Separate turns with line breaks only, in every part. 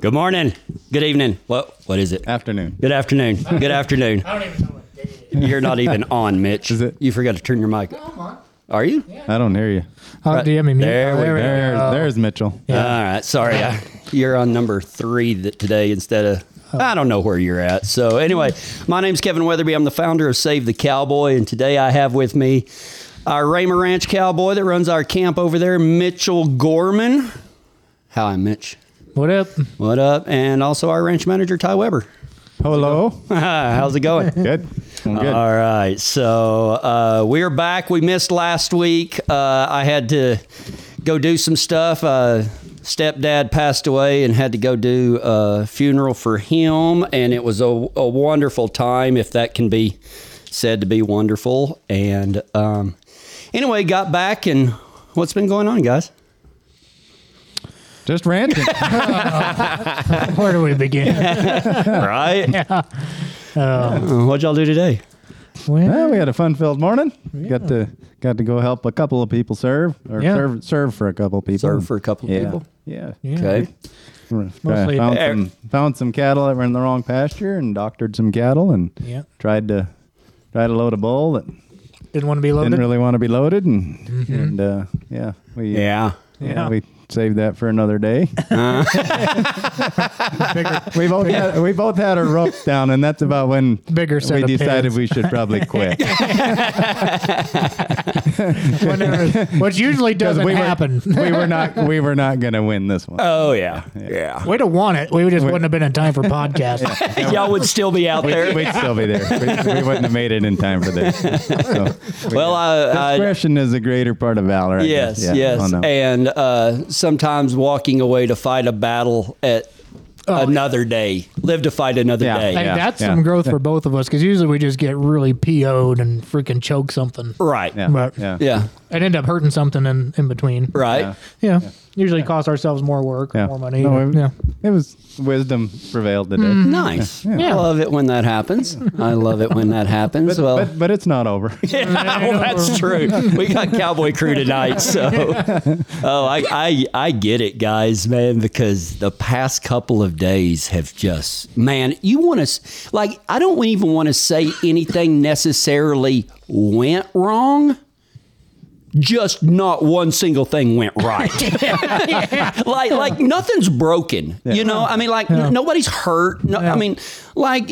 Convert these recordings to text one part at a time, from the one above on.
Good morning. Good evening. What what is it?
Afternoon.
Good afternoon. Good afternoon.
I don't even know what day it is.
You're not even on, Mitch.
Is it?
You forgot to turn your mic.
Come on.
Are you?
I don't hear you.
Oh,
Right.
do you have me mute?
There
Oh,
we
we
There,
Uh,
go.
there's Mitchell.
All right. Sorry. I, you're on number three th- today instead of,
Oh.
I don't know where you're at. So, anyway, my name's Kevin Weatherby. I'm the founder of Save the Cowboy. And today I have with me our Raymer Ranch cowboy that runs our camp over there, Mitchell Gorman. Hi, Mitch.
What up?
What up? And also our ranch manager, Ty Weber.
Hello.
How's it going?
Good. I'm good.
All right. So uh, we're back. We missed last week. Uh, I had to go do some stuff. Uh, stepdad passed away and had to go do a funeral for him. And it was a, a wonderful time, if that can be said to be wonderful. And um, anyway, got back. And what's been going on, guys?
Just ranting.
Where do we begin? Uh,
Right? yeah. what'd y'all do today?
well,
well,
we had a fun-filled morning. Got to got to go help a couple of people serve or
Yeah.
serve serve for a couple of people.
Serve for a couple of
yeah.
people.
Yeah.
yeah.
Okay.
Found,
Mostly-
some, found some cattle that were in the wrong pasture and doctored some cattle and
Yeah.
tried to tried to load a bull that
Didn't want to be
didn't
loaded.
really want to be loaded and and uh, yeah we
Mm-hmm. Yeah.
yeah,
Yeah.
we saved that for another day.
Bigger,
We both had, we both had our ropes down, and that's about when
Bigger set
we
of
decided
pins.
we should probably quit.
whenever, which usually doesn't
we were-
happen.
we were not we were not going to win this one.
Oh, yeah. Yeah.
We'd have won it. We just wouldn't have been in time for podcast.
Y'all would still be out there.
We'd still be there. We, we wouldn't have made it in time for this. So,
Well, I, I
discretion is a greater part of valor. I
yes,
guess. Yeah, Oh, I
yes,
don't know.
and uh, sometimes walking away to fight a battle at another day, live to fight another
Yeah.
day.
Hey,
Yeah,
that's
yeah.
some growth for both of us because usually we just get really PO'd and freaking choke something
Right.
yeah,
Yeah.
But-
yeah,
and end up hurting something in, in between.
Right.
Yeah.
Yeah. Usually cost ourselves more work,
yeah.
more money.
No, it,
yeah. Mm-hmm.
it was wisdom prevailed today.
Nice. I
Yeah.
love it when that happens. I love it when that happens. well,
But but it's not over.
Yeah, well, that's true. We got Cowboy Crew tonight, so oh, I, I I get it, guys, man, because the past couple of days have just man, you want to like I don't even want to say anything necessarily went wrong. Just not one single thing went right. like like nothing's broken. You know, I mean, like n- nobody's hurt. No, I mean, like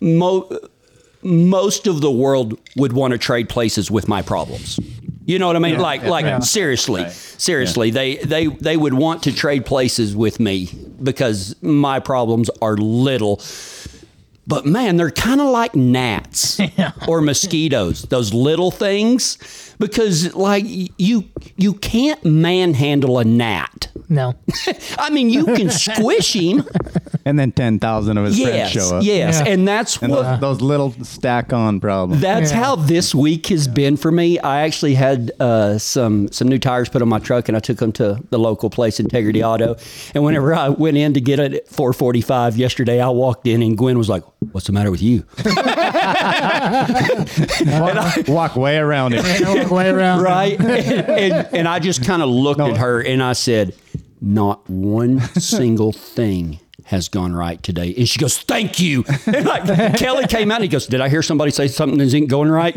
mo- most of the world would want to trade places with my problems. You know what I mean? like, like seriously, seriously, they they they would want to trade places with me because my problems are little. But man, they're kind of like gnats or mosquitoes, those little things, because like y- you you can't manhandle a gnat.
No.
I mean, you can squish him.
and then ten thousand of his
yes,
friends show up.
yes,
Yeah.
and that's
And
what
those, those little stack on problems.
That's
Yeah.
how this week has been for me. I actually had uh, some some new tires put on my truck, and I took them to the local place, Integrity Auto. And whenever I went in to get it at 4:45 yesterday, I walked in, and Gwen was like, "What's the matter with you?"
walk, walk way around it.
No way around.
Right? and, and, and I just kind of looked at her, and I said, "Not one single thing." Has gone right today, and she goes, "Thank you." And like Kelly came out, and he goes, "Did I hear somebody say something that isn't going right?"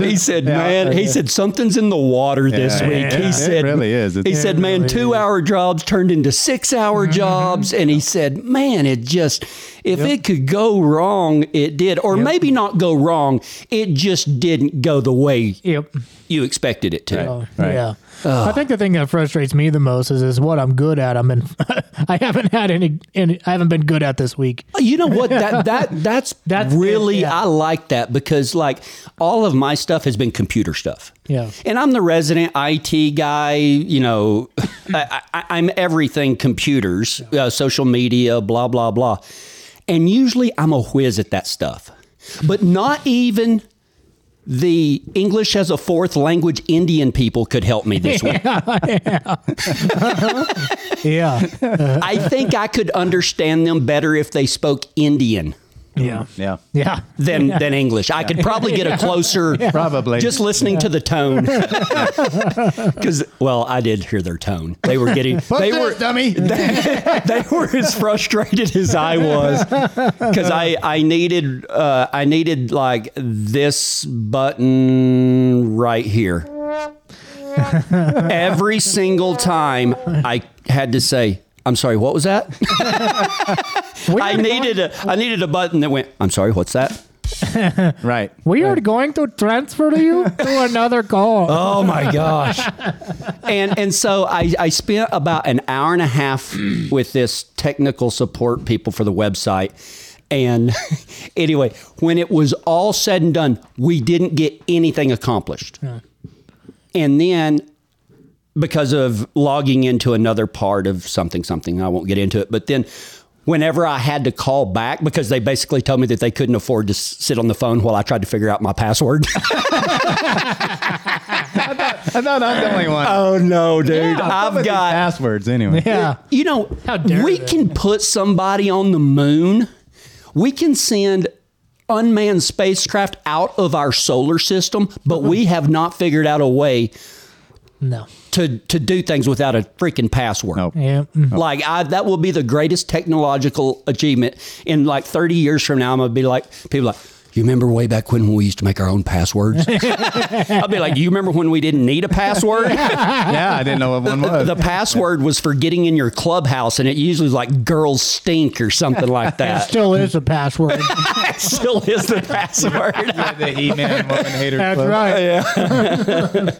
he said, man, he said something's in the water this
Yeah,
week.
yeah,
he
it
said,
really is. Mm-hmm.
He
It's-
said, man, two hour jobs turned into six hour jobs. And he said, man, it just, if it could go wrong, it did. Or maybe not go wrong, it just didn't go the way
Yep.
you expected it to.
Oh,
Right.
Yeah. I think the thing that frustrates me the most is is what I'm good at. I'm in, I haven't had any, any I haven't been good at this week.
Oh, You know what? That that that's,
That's it,
really
yeah.
I like that because like all of my stuff has been computer stuff.
Yeah.
and I'm the resident IT guy. You know, I, I, I'm everything computers, uh, social media, blah blah blah. And usually I'm a whiz at that stuff, but not even the English as a fourth language Indian people could help me this week.
Yeah.
I think I could understand them better if they spoke Indian.
Yeah.
Yeah.
Yeah.
than than English. I could probably get a closer
Probably.
just listening to the tone. Cuz well, I did hear their tone. They were getting they
this,
were
dummy.
they, they were as frustrated as I was cuz I I needed uh I needed like this button right here. Every single time I had to say I'm sorry. What was that? I needed a I needed a button that went. I'm sorry. What's that?
right.
We are going to transfer you to another call.
Oh my gosh. and and so I, I spent about an hour and a half with this technical support people for the website. And anyway, when it was all said and done, we didn't get anything accomplished. And then because of logging into another part of something, something, I won't get into it. But then whenever I had to call back, because they basically told me that they couldn't afford to s- sit on the phone while I tried to figure out my password.
I thought I'm the only one.
oh, no, dude.
Some of
I've
these
got.
passwords anyway.
yeah.
you know,
How dare
we
they.
can put somebody on the moon. We can send unmanned spacecraft out of our solar system, but we
Uh-huh.
have not figured out a way
No.
to to do things without a freaking password.
Nope.
Yeah. Mm.
Like I, that will be the greatest technological achievement in like 30 years from now. I'm gonna be like people are like. You remember way back when we used to make our own passwords? I'll be like, you remember when we didn't need a password?
Yeah, I didn't know what one was.
the password was for getting in your clubhouse, and it usually was like "girls stink" or something like that.
Still is a password.
It still is the password.
the E-Man woman hater
That's
club.
right.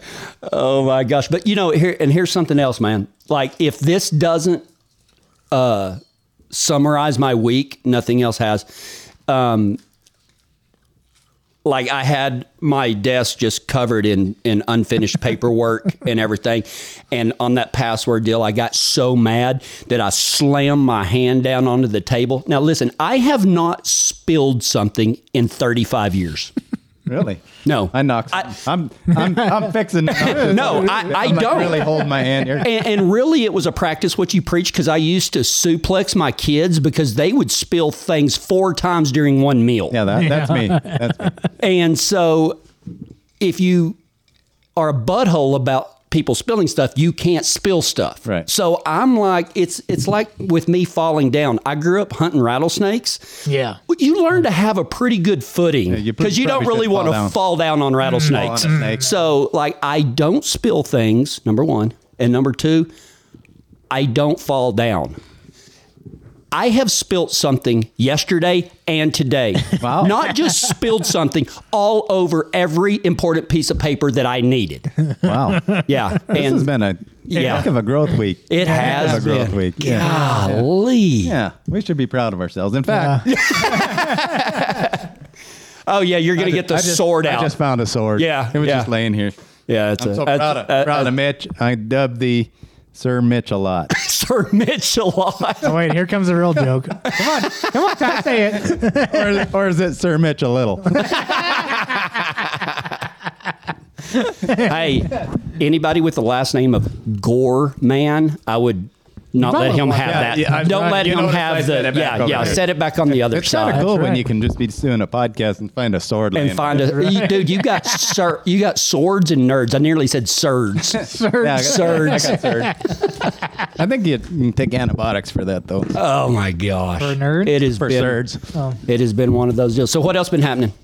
oh my gosh! But you know, here and here's something else, man. Like if this doesn't uh, summarize my week, nothing else has. Um, like I had my desk just covered in in unfinished paperwork and everything. And on that password deal, I got so mad that I slammed my hand down onto the table. Now listen, I have not spilled something in 35 years.
Really?
No.
I knocked.
I-
I'm, I'm, I'm fixing.
No, I- I
I'm like,
don't.
really hold my hand here.
And, and really, it was a practice what you preach because I used to suplex my kids because they would spill things four times during one meal.
Yeah, that, that's me. That's me.
And so, if you are a butthole about people spilling stuff, you can't spill stuff.
Right.
So I'm like, it's it's like with me falling down. I grew up hunting rattlesnakes.
Yeah.
You learn to have a pretty good footing
you
because you, don't
probably
really
should
want
fall
to fall
down. Mm-hmm.
down on rattlesnakes.
Fall on a snake.
So, like, I don't spill things, number one. And number two, I don't fall down. I have spilt something yesterday and today.
Wow.
Not just spilled something all over every important piece of paper that I needed.
Wow.
Yeah.
This has
and
been a
Yeah.
heck of a growth week.
it
Heck of
has
a growth
been.
week. Yeah.
Golly.
yeah. We should be proud of ourselves. In fact,
Oh, yeah. You're going to get the
I just-
sword
I
out.
just found a sword.
Yeah,
It was
yeah.
just laying here.
yeah. It's
I'm
a,
so
that's-
proud of,
uh,
proud of Mitch. I dubbed the Sir Mitch a lot.
Sir Mitchell.
Oh, wait, here comes the real joke. Come on. Come on, Ty, say it.
or, or is it Sir Mitch a little?
hey, anybody with the last name of Gore Man, I would not let him have
Yeah,
that.
yeah, I-
Don't
right,
let
you
him
notice I
have
said
the.
it back
Yeah,
over
yeah.
there.
Set it back on the other
It's kind
side.
of cool when
right.
you can just be doing a podcast and find a sword
And
laying
find a you- dude. You got sir, you got swords and nerds. I nearly said surds.
Sir.
Yeah, I got-
Surds.
I got surge. I think you can take antibiotics for that though.
Oh my gosh!
For nerd?
it has
For
been
surds.
Oh.
it has been one of those deals. So what else been happening?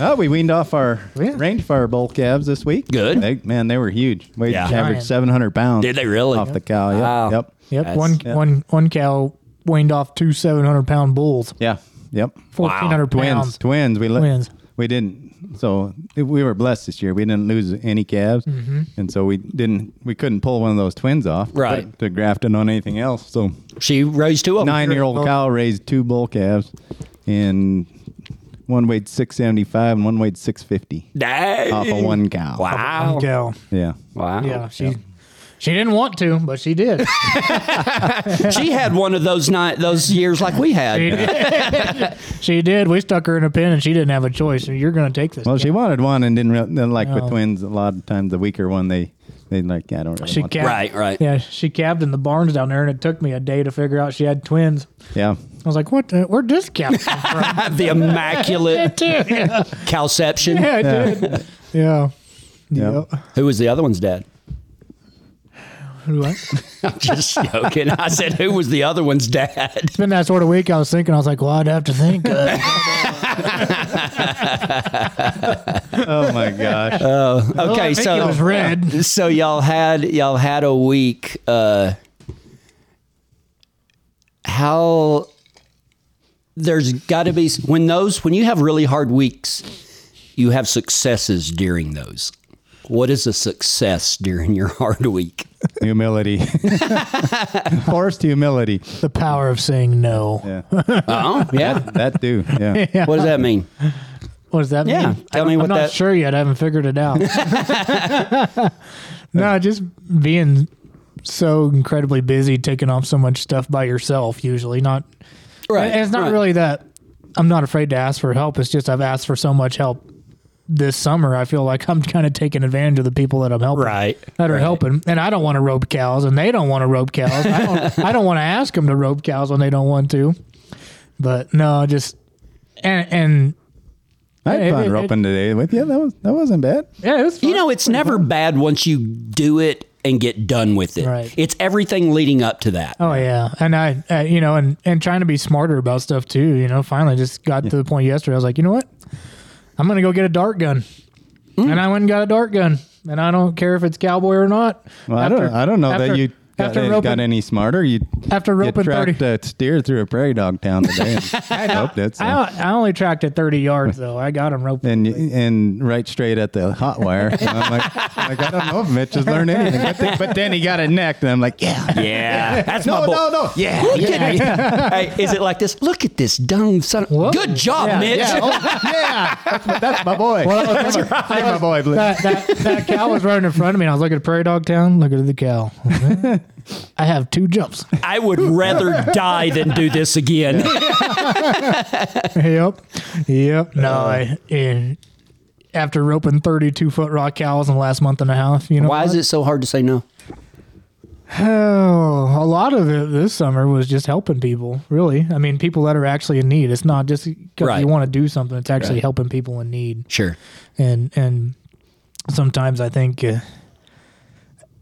Oh, we weaned off our
Yeah.
range fire bull calves this week.
Good.
They, man, they were huge. Weighed
Yeah.
average
Giant.
700 pounds.
Did they really?
Off the cow. Yep.
Wow.
Yep.
Yep.
That's-
One,
yeah.
one, one cow weaned off two 700 pound bulls.
Yeah. Yep.
1,400
Twins.
pounds.
Twins. We le-
Twins.
We didn't. So it- we were blessed this year. We didn't lose any calves,
Mm-hmm.
and so we didn't. We couldn't pull one of those twins off.
Right.
To, to graft it on anything else. So
She raised two of them.
nine-year-old cow raised two bull calves, and one weighed 675 and one weighed 650
Dang.
off of one cow.
Wow.
One cow.
Yeah.
Wow.
Yeah. She, she didn't want to, but she did.
She had one of those night those years like we had.
She did. she did. We stuck her in a pen and she didn't have a choice. You're going to take this.
Well, she wanted one and didn't. Re- then like with
No.
twins, a lot of times the weaker one they They like, yeah, I don't really
She
want
cabbed,
Right, right.
Yeah, she calved in the barns down there, and it took me a day to figure out she had twins.
that. Yeah.
I was like, "What? The, where'd this calf come from?"
the immaculate
too. Yeah,
calception.
yeah, it did. yeah.
Yeah.
Yep.
Who was the other one's dad?
Who was- It's
I'm just joking. I said, who was the other one's dad?
been that sort of week. I was thinking, I was like, "Well, I'd have to think." Uh,
Oh my gosh.
Okay,
Oh, I think
so
it was red.
so y'all had y'all had a week. Uh, how there's got to be when those when you have really hard weeks, you have successes during those. What is a success during your hard week?
humility. Forced humility.
The power of saying no.
Yeah.
Oh, yeah.
That do. Yeah.
What does that mean?
What does that
Yeah,
mean?
tell me
I'm
what
not
that-
sure yet. I haven't figured it out. no, just being so incredibly busy, taking off so much stuff by yourself. Usually, not.
Right,
It's not
right.
really that. I'm not afraid to ask for help. It's just I've asked for so much help this summer. I feel like I'm kind of taking advantage of the people that I'm helping.
Right,
That are
right.
helping, and I don't want to rope cows, and they don't want to rope cows. I don't, I don't want to ask them to rope cows when they don't want to. But no, just and and
I
It-
had
it-
fun
it-
roping today with you. That was that wasn't bad.
yeah, it was fun.
You know, it's never bad once you do it and get done with it.
Right.
It's everything leading up to that.
Oh yeah, and I, uh, you know, and and trying to be smarter about stuff too. You know, finally just got to the point yesterday. I was like, you know what, I'm gonna go get a dart gun,
Mm.
and I went and got a dart gun, and I don't care if it's cowboy or not.
Well, I don't I don't know that you got,
after
any,
roping,
got any smarter. You
after
you
roping thirty.
tracked a steer through a prairie dog town today. I roped it. so.
I, I only tracked at 30 yards though. I got him roped.
and and right straight at the hot wire. And I'm like, like, I don't know if Mitch has learned anything, but then, but then he got it necked, and I'm like, yeah,
Yeah. That's
no,
my boy.
no, no, yeah,
Look at it. Hey, is it like this? Look at this dumb son.
Whoa.
Good job,
Yeah,
Mitch.
yeah, oh, yeah. That's my, that's my boy. that's my, that's my boy. Blue.
Oh, That, that, that cow was running in front of me, and I was looking at Prairie Dog Town, looking at the cow. I have two jumps.
I would rather die than do this again.
yep. Yep.
Uh,
No, I, eh, after roping 32 foot rock cows in the last month and a half, you know.
Why is it so hard to say no?
Oh, a lot of it this summer was just helping people, really. I mean, people that are actually in need. It's not just because
Right.
you want to do something, it's actually
Right.
helping people in need.
Sure.
and and sometimes I think uh,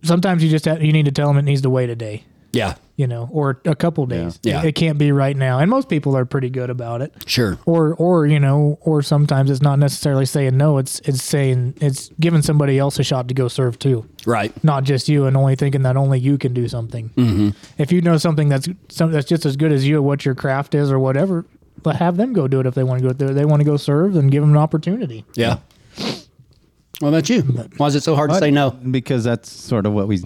sometimes you just have, you need to tell them it needs to wait a day,
Yeah.
you know, or a couple days.
Yeah.
It, it can't be right now, and most people are pretty good about it.
Sure.
Or or you know, or sometimes it's not necessarily saying no. It's it's saying it's giving somebody else a shot to go serve too.
Right.
Not just you, and only thinking that only you can do something. Mm-hmm. If you know something that's some, that's just as good as you, at what your craft is, or whatever, but have them go do it if they want to go. If they want to go serve, then give them an opportunity.
Yeah. What about you? Why is it so hard to say no?
because that's sort of what we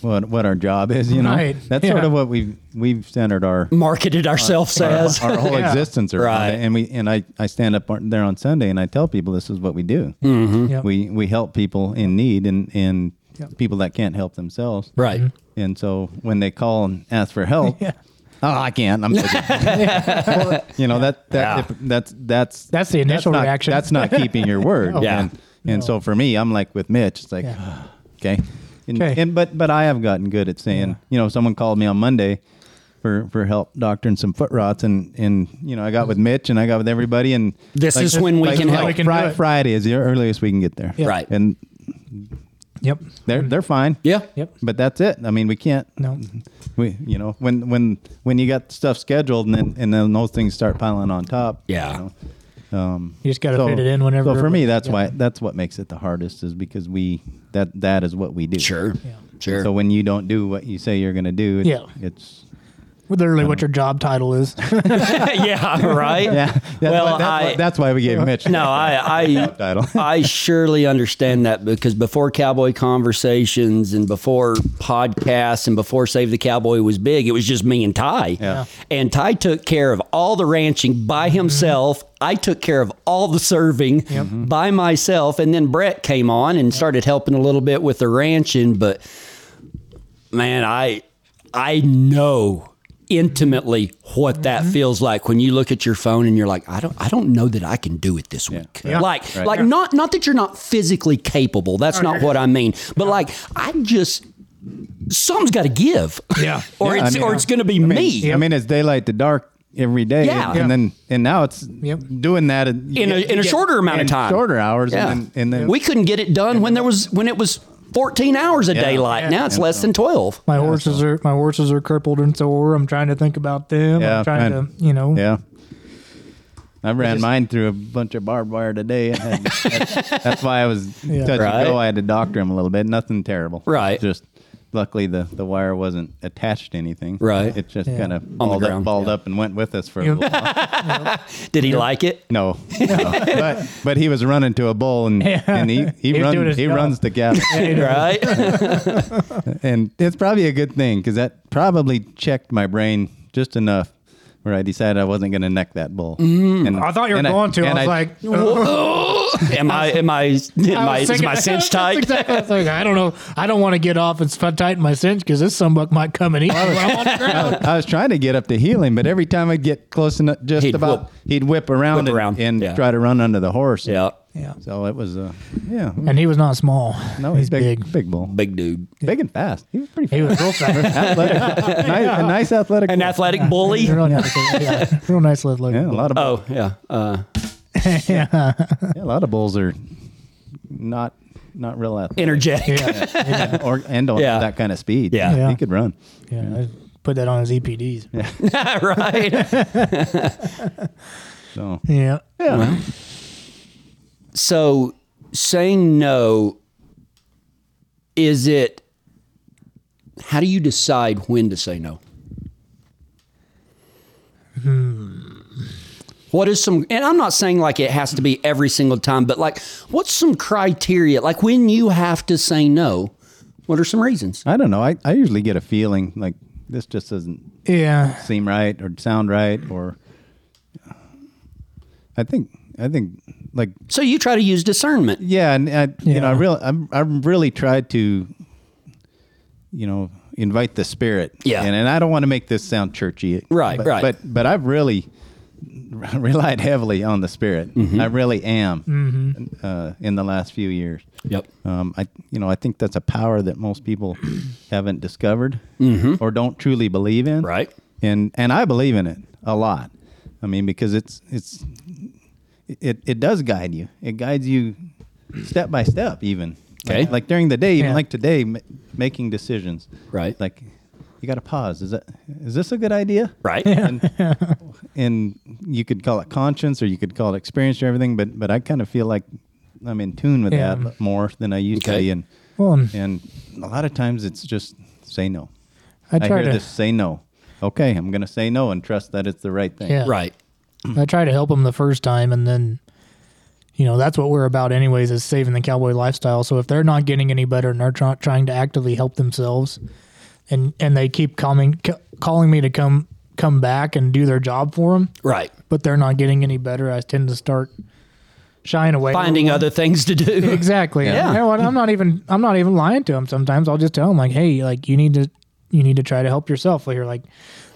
what what our job is. You know,
Right,
that's sort
yeah.
of what we've we've centered our
Marketed ourselves as.
our whole
Yeah.
existence around
Right.
it. And we and I, I stand up on- there on Sunday and I tell people this is what we do.
Mm-hmm.
Yep.
We we help people in need and and people that can't help themselves. Mm-hmm.
Right.
And so when they call and ask for help,
Yeah.
oh I can't. I'm joking. Well, you know that that
Yeah.
if- that's that's
That's the initial
not-
reaction.
That's not keeping your word.
Yeah.
And, and so for me, I'm like with Mitch. It's like, "Ah,
Yeah.
okay. And,
'Kay.
and but but I have gotten good at saying, you know, someone called me on Monday for for help doctoring some foot rots, and and you know, I got with Mitch and I got with everybody, and
This is when we can help.
We can
Fri-
do it.
Friday is the earliest we can get there.
Yeah.
Right.
And
Yep.
they're they're fine.
Yeah.
Yep.
But that's it. I mean, we can't.
No.
We, you know, when when when you got stuff scheduled and then and then those things start piling on top. you
Yeah.
know, um,
You just got to
so,
fit it in whenever.
So for me, that's why that's what makes it the hardest is because we that that is what we do.
Sure. Sure.
So when you don't do what you say you're going to do, it's,
Yeah.
it's
literally what your job title is.
yeah. Right.
yeah. That's
Well,
why, that's,
I-
why, that's why we gave Mitch.
No, I
title.
I, I surely understand that because before Cowboy Conversations and before podcasts and before Save the Cowboy was big, it was just me and Ty.
Yeah. Mm-hmm.
And Ty took care of all the ranching by himself. I took care of all the serving by myself. And then Brett came on and started helping a little bit with the ranching. But man, I I know intimately what that
Mm-hmm.
feels like when you look at your phone and you're like, I don't, I don't know that I can do it this week.
Yeah.
Like, like not, not that you're not physically capable. That's not what I mean. But like, I just something's got to give.
Yeah.
or
Yeah, I
it's
mean-
or it's going to be me.
I mean, it's daylight to dark every day.
Yeah.
And
Yeah.
then, and now it's
Yep.
doing that in,
In a- in a shorter amount of time.
Shorter hours.
Yeah.
And then, and then
we couldn't get it done when there was when it was 14 hours of daylight. Now it's less than 12.
My horses are my horses are crippled and sore. I'm trying to think about them.
Yeah,
I'm trying
fine.
to, you know.
Yeah. I ran mine through a bunch of barbed wire today. I had- that's, that's why I was
Yeah.
touch
Right.
and go. I had to doctor him a little bit. Nothing terrible.
Right.
Just luckily the, the wire wasn't attached to anything.
Right.
It just
Yeah.
kind of balled,
ground,
up, balled
yeah.
up and went with us for a
Yeah.
little while.
Did he like it?
No, no. but but he was running to a bull and and he he,
He was doing
runs
his
he
job.
runs the gap
Right?
and it's probably a good thing because that probably checked my brain just enough where I decided I wasn't going to neck that bull. And,
Mm-hmm. I thought you were
and
going to. I
and
was like,
am I am I am
I
I
was
is
thinking-
my cinch
that's
tight?
exactly what I was thinking. I don't know. I don't want to get off and sp- tighten my cinch because this sunbuck might come and eat me when I'm on the ground.
I was trying to get up to heal him, but every time I'd get close enough, just
He'd
about,
whoop.
he'd whip around
Whip
and,
around,
and
yeah.
try to run under the horse.
Yeah.
Yeah.
So it was, uh, yeah.
And he was not small.
No,
he's
he's
big.
big, big bull, big,
Big dude.
and fast. He was pretty
He
fast.
was real fast.
athletic, nice, a nice athletic.
An
bull.
athletic bully?
Real nice, yeah. Real nice little look.
yeah, a lot of
Oh, yeah. Uh,
Yeah, a lot of bulls are not not real athletic
energetic.
Yeah. Yeah.
or and don't
Yeah.
have that kind of speed.
Yeah.
Yeah.
he could run.
Yeah. I Put that on his E EPDs. Yeah.
right?
So
Yeah.
So saying no is it how do you decide when to say no? What is some and I'm not saying like it has to be every single time, but like what's some criteria? Like when you have to say no, what are some reasons?
I don't know. I, I usually get a feeling like this just doesn't seem right or sound right or I think I think like
So you try to use discernment.
yeah, and I, you know I
Yeah.
really I'm I'm really tried to you know invite the spirit.
Yeah.
and and I don't want to make this sound churchy.
Right,
but,
right.
But but I've really relied heavily on the spirit.
Mm-hmm.
I really am uh, in the last few years.
Yep.
Um, I you know I think that's a power that most people haven't discovered or don't truly believe in.
Mm-hmm. Right.
And and I believe in it a lot. I mean because it's it's it it does guide you. It guides you step by step even.
Okay.
Like, like during the day, even
Yeah.
like today ma- making decisions.
Right.
Like you got to pause. Is that is this a good idea?
Right?
and, and you could call it conscience or you could call it experience or everything, but but I kind of feel like I'm in tune with
Yeah.
that more than I used to
Okay.
be, and
Well, and
and a lot of times it's just say no.
I
I,
try
hear
to
this say no. Okay, I'm gonna say no and trust that it's the right thing.
Yeah.
Right.
I tried to help him the first time, and then, you know, that's what we're about, anyways, is saving the cowboy lifestyle. So if they're not getting any better and they're try- trying to actively help themselves, and and they keep calling c- calling me to come come back and do their job for them,
Right.
but they're not getting any better, I tend to start shying away.
Finding other things to do.
Exactly.
Yeah.
You know what? I'm not even I'm not even lying to him. Sometimes I'll just tell him like, hey, like you need to you need to try to help yourself. Like you're like,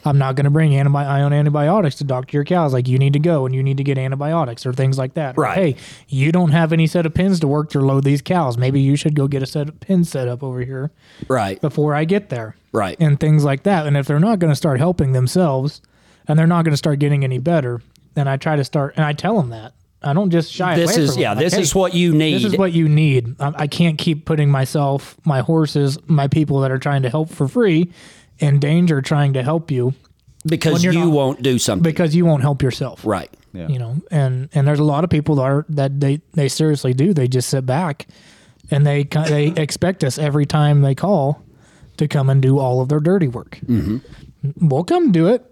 I'm not going to bring antibi- ion antibiotics to doctor your cows. Like you need to go and you need to get antibiotics or things like that. Or,
Right.
hey, you don't have any set of pins to work to load these cows. Maybe you should go get a set of pins set up over here
Right.
before I get there.
Right.
And things like that. And if they're not going to start helping themselves, and they're not going to start getting any better, then I try to start and I tell them that. I don't just shy away
This is
from it.
yeah,
Like,
this
hey,
is what you need.
this is what you need. I, I can't keep putting myself, my horses, my people that are trying to help for free in danger trying to help you
because
when
you
you're not-
won't do something
because you won't help yourself.
right
Yeah.
You know, and and there's a lot of people that are that they they seriously do. They just sit back and they ki- they expect us every time they call to come and do all of their dirty work.
Mm-hmm.
We'll come do it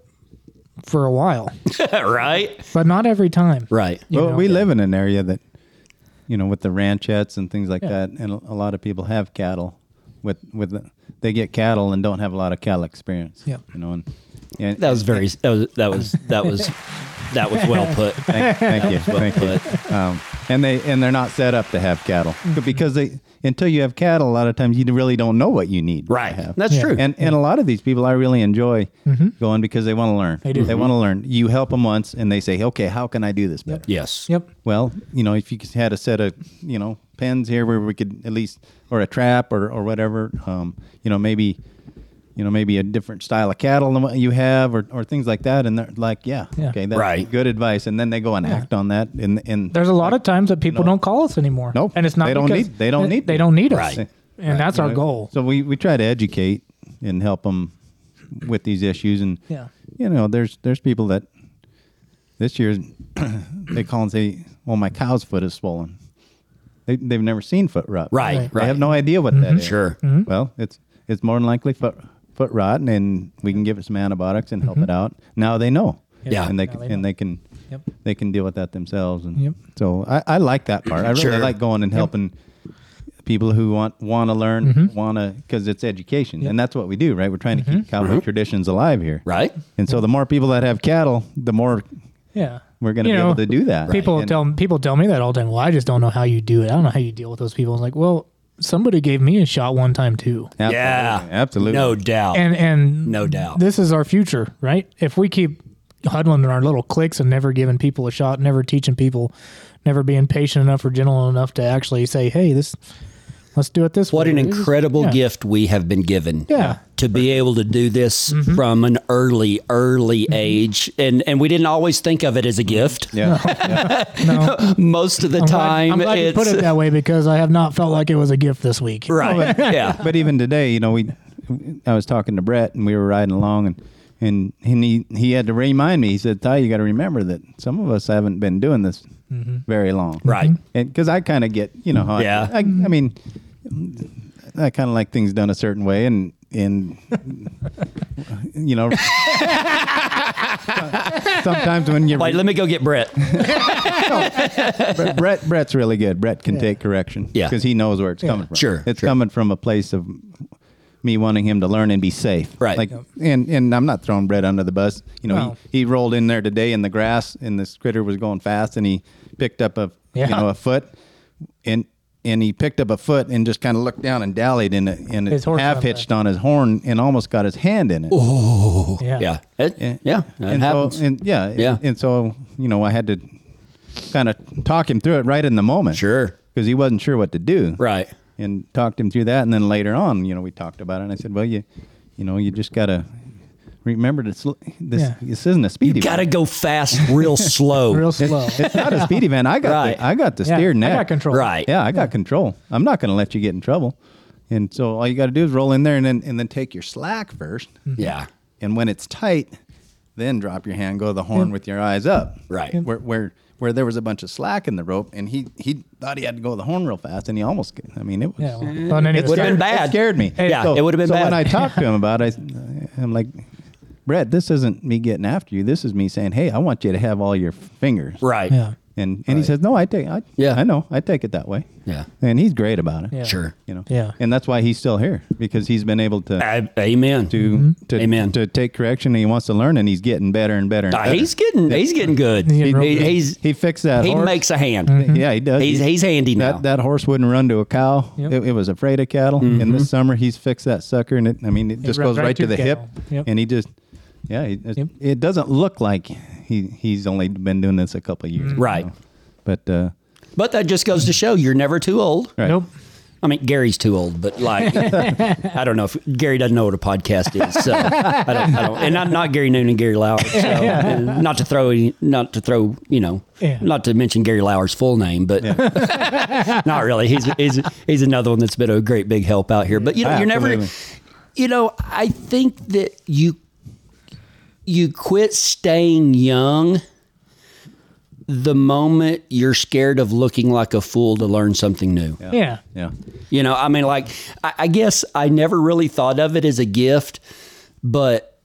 for a while,
right
but not every time.
right
you
well,
know?
we live in an area that, you know, with the ranchettes and things like that, and a lot of people have cattle. With with they get cattle and don't have a lot of cattle experience.
Yeah.
you know, and, and
that was very that was that was that was that was well put
thank, thank you, thank you. Um, and they and they're not set up to have cattle
Mm-hmm.
because they until you have cattle, a lot of times you really don't know what you need. to
Right.
have.
That's true.
And and a lot of these people I really enjoy going because they want to learn.
Mm-hmm. They do.
They want to learn. You help them once, and they say, "Okay, how can I do this better?"
yes.
Yep.
Well, you know, if you just had a set of, you know, pens here where we could at least, or a trap or, or whatever, um, you know, maybe, you know, maybe a different style of cattle than what you have or, or things like that. And they're like, yeah,
Yeah.
okay, that's
Right.
good advice. And then they go and act on that. And, and
There's a lot of times that people don't call us anymore.
Nope.
And it's not
They don't
because
need- they don't need
They
to.
don't need us.
Right.
And that's our goal.
So we, we try to educate and help them with these issues. And,
Yeah.
you know, there's, there's people that this year they call and say, well, my cow's foot is swollen. They, they've never seen foot rot.
Right.
Right. Mm-hmm.
Right. Mm-hmm.
I have no idea what that is.
Sure.
Well, it's it's more than likely foot foot rot, and we can give it some antibiotics and help it out. Now they know.
Yeah.
And they
Mm-hmm.
can,
Now they
and they can
Yep.
they can deal with that themselves. And
Yep.
so I, I like that part. I really
Sure.
like going and helping people who want want to learn,
Mm-hmm.
want to because it's education, and that's what we do, right? We're trying to keep cowboy traditions alive here.
Mm-hmm. Right.
And so the more people that have cattle, the more
Yeah.
we're going to
You
be
know,
able to do that.
People
And-
tell people tell me that all the time. Well, I just don't know how you do it. I don't know how you deal with those people. It's like, well, somebody gave me a shot one time too.
Absolutely.
Yeah.
Absolutely.
No doubt.
And and
No doubt.
this is our future, right? If we keep huddling in our little cliques and never giving people a shot, never teaching people, never being patient enough or gentle enough to actually say, "Hey, this, let's do it this
what
way."
an
This is-
incredible
yeah.
gift we have been given.
Yeah. Mm-hmm.
To be able to do this from an early, early age. And and we didn't always think of it as a gift.
Yeah.
No,
Most of the
I'm glad,
time
I'm glad you
it's
put it that way because I have not felt like it was a gift this week.
right. yeah.
but even today, you know, we I was talking to Brett and we were riding along and and and he he had to remind me. He said, "Ty, you got to remember that some of us haven't been doing this very long,
Right.
And because I kind of get, you know, how
Yeah.
I, I, I mean, I kind of like things done a certain way, and and you know, sometimes when you
Wait, let me go get Brett.
Brett, Brett Brett's really good. Brett can take correction.
Yeah.
Because he knows where it's coming from.
Sure,
It's
sure.
coming from a place of me wanting him to learn and be safe.
Right.
Like and and I'm not throwing Brett under the bus. You know,
No.
he, he rolled in there today in the grass and this critter was going fast and he picked up a
Yeah.
you know a foot and and he picked up a foot and just kind of looked down and dallied and it and
His
it
horse
half
got back.
hitched on his horn and almost got his hand in it.
Yeah.
Yeah. It- yeah. That
and
happens.
So, and yeah,
Yeah.
And so you know, I had to kind of talk him through it right in the moment.
Sure.
Because he wasn't sure what to do.
right.
And talked him through that, and then later on, you know, we talked about it, and I said, well, you, you know, you just gotta remember to sl- this.
Yeah.
This isn't a speed. event.
Gotta go fast real slow.
Real slow.
It's not a speed event. I got.
Right.
The, I got the
Yeah,
steer
I
neck.
got control.
Right.
Yeah, I got control. I'm not gonna let you get in trouble. And so all you got to do is roll in there, and then and then take your slack first.
Hmm.
Yeah.
And when it's tight, then drop your hand, go to the horn with your eyes up.
Right.
Where where where there was a bunch of slack in the rope, and he he thought he had to go to the horn real fast, and he almost. Could. I mean, it was.
Yeah, well, well, and then he
it
was-
would've
scared-
been bad.
It scared me.
Yeah, Mm. it would've been
so
bad.
when I talked to him about it, I, am like, Brett, this isn't me getting after you. This is me saying, hey, I want you to have all your fingers.
Right.
yeah.
And and he says, no, I take. I,
Yeah.
I know. I take it that way.
Yeah.
And he's great about it.
Yeah.
Sure.
You know.
Yeah.
And that's why he's still here because he's been able to
I, amen.
to
Mm-hmm.
to,
Amen.
to take correction and he wants to learn and he's getting better and better. And
Ah,
better.
he's getting he's getting good.
He's getting
He-
real good.
he's
he fixed that.
he
horse.
makes a hand.
Yeah, he does.
He's he's handy now.
that that horse wouldn't run to a cow.
Yep.
It, it was afraid of cattle.
Mm-hmm.
And this summer he's fixed that sucker and it I mean it just
runs
goes
right
right to
to
the hip
cattle. Yep.
and he just yeah, he, it,
Yep.
it doesn't look like he he's only been doing this a couple of
Mm.
years. you
Right.
know. But uh
but that just goes to show you're never too old.
right.
Nope.
I mean, Gary's too old, but like, I don't know if Gary doesn't know what a podcast is. So I don't, I don't and not, not Gary Noonan, Gary Lauer. So and not to throw, any- not to throw, you know,
Yeah.
not to mention Gary Lauer's full name, but not really. He's, he's, he's another one that's been a great big help out here, but you know, you're never,
Absolutely.
you know, I think that you, you quit staying young the moment you're scared of looking like a fool to learn something new.
Yeah.
Yeah.
You know, I mean, like, I, I guess I never really thought of it as a gift, but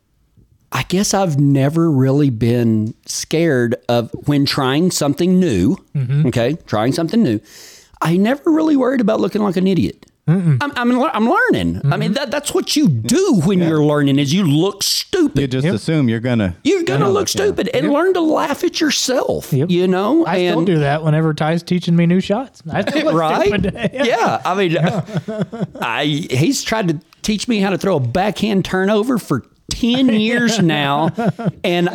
I guess I've never really been scared of when trying
Mm-hmm.
something new. Okay, trying something new. I never really worried about looking like an idiot. I'm, I'm, le- I'm learning. I
Mm-hmm.
mean, that, that's what you do when you're learning is you look stupid.
You just assume you're gonna.
You're gonna look stupid and learn to laugh at yourself.
Yep.
You know,
I
and
still do that whenever Ty's teaching me new shots. I still look
right?
stupid.
Yeah. I mean, I he's tried to teach me how to throw a backhand turnover for ten years now, and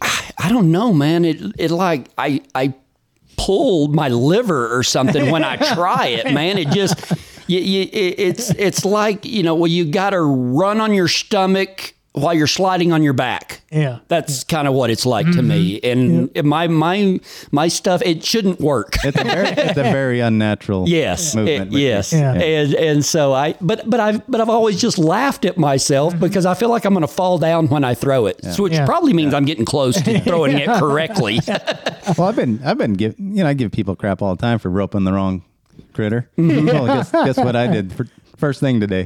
I, I don't know, man. It it like I I pulled my liver or something when I try it, man. It just you, you, it, it's it's like you know, well, you got to run on your stomach while you're sliding on your back.
Yeah. Mm-hmm.
That's kind of what it's like to me, and my my my stuff it shouldn't work.
It's a very, it's a very unnatural.
Yes.
Movement.
eh, yes.
Yeah.
And and so I but but I've but I've always just laughed at myself because I feel like I'm gonna fall down when I throw it. So which
Mm-hmm. Yeah.
probably means I'm getting close to throwing it correctly.
Well, I've been I've been give you know I give people crap all the time for roping the wrong critter. well, guess, guess what I did for first thing today.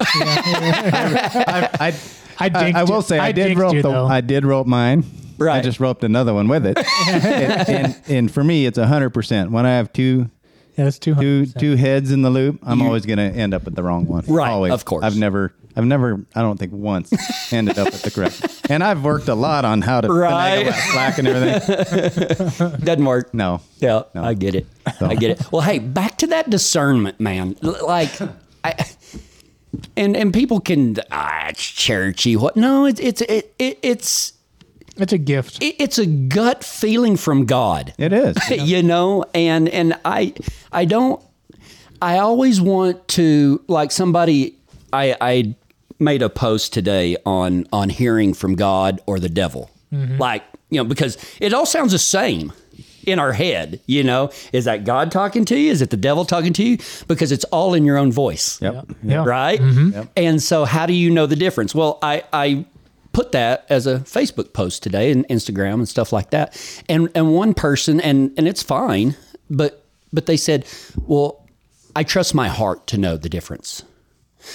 I, I, I,
I dinked
I will
you-
say I,
I
did
dinked
rope
you,
the,
though.
I did rope mine. I
Right.
just roped another one with it. and, and, and for me, it's hundred percent. When I have two
Yeah, that's two
two
hundred.
two heads in the loop, I'm always going to end up with the wrong one.
Right,
always.
of course.
I've never, I've never, I don't think once ended up with the correct. And I've worked a lot on how to finagle
Right.
that slack and everything.
Doesn't work.
No,
Yeah,
No.
I get it. I get it. Well, hey, back to that discernment, man. L- Like, I and and people can ah, it's Cherokee. What? No, it's it's it, it, it's
It's a gift.
it, it's a gut feeling from God.
it is.
you know and and i i don't i always want to like somebody i i made a post today on on hearing from god or the devil like you know because it all sounds the same in our head you know is that god talking to you is it the devil talking to you because it's all in your own voice
Yep.
Yeah. Mm-hmm.
right? And so, how do you know the difference? Well, I, I put that as a Facebook post today and Instagram and stuff like that. And and one person and and it's fine, but but they said, well, I trust my heart to know the difference.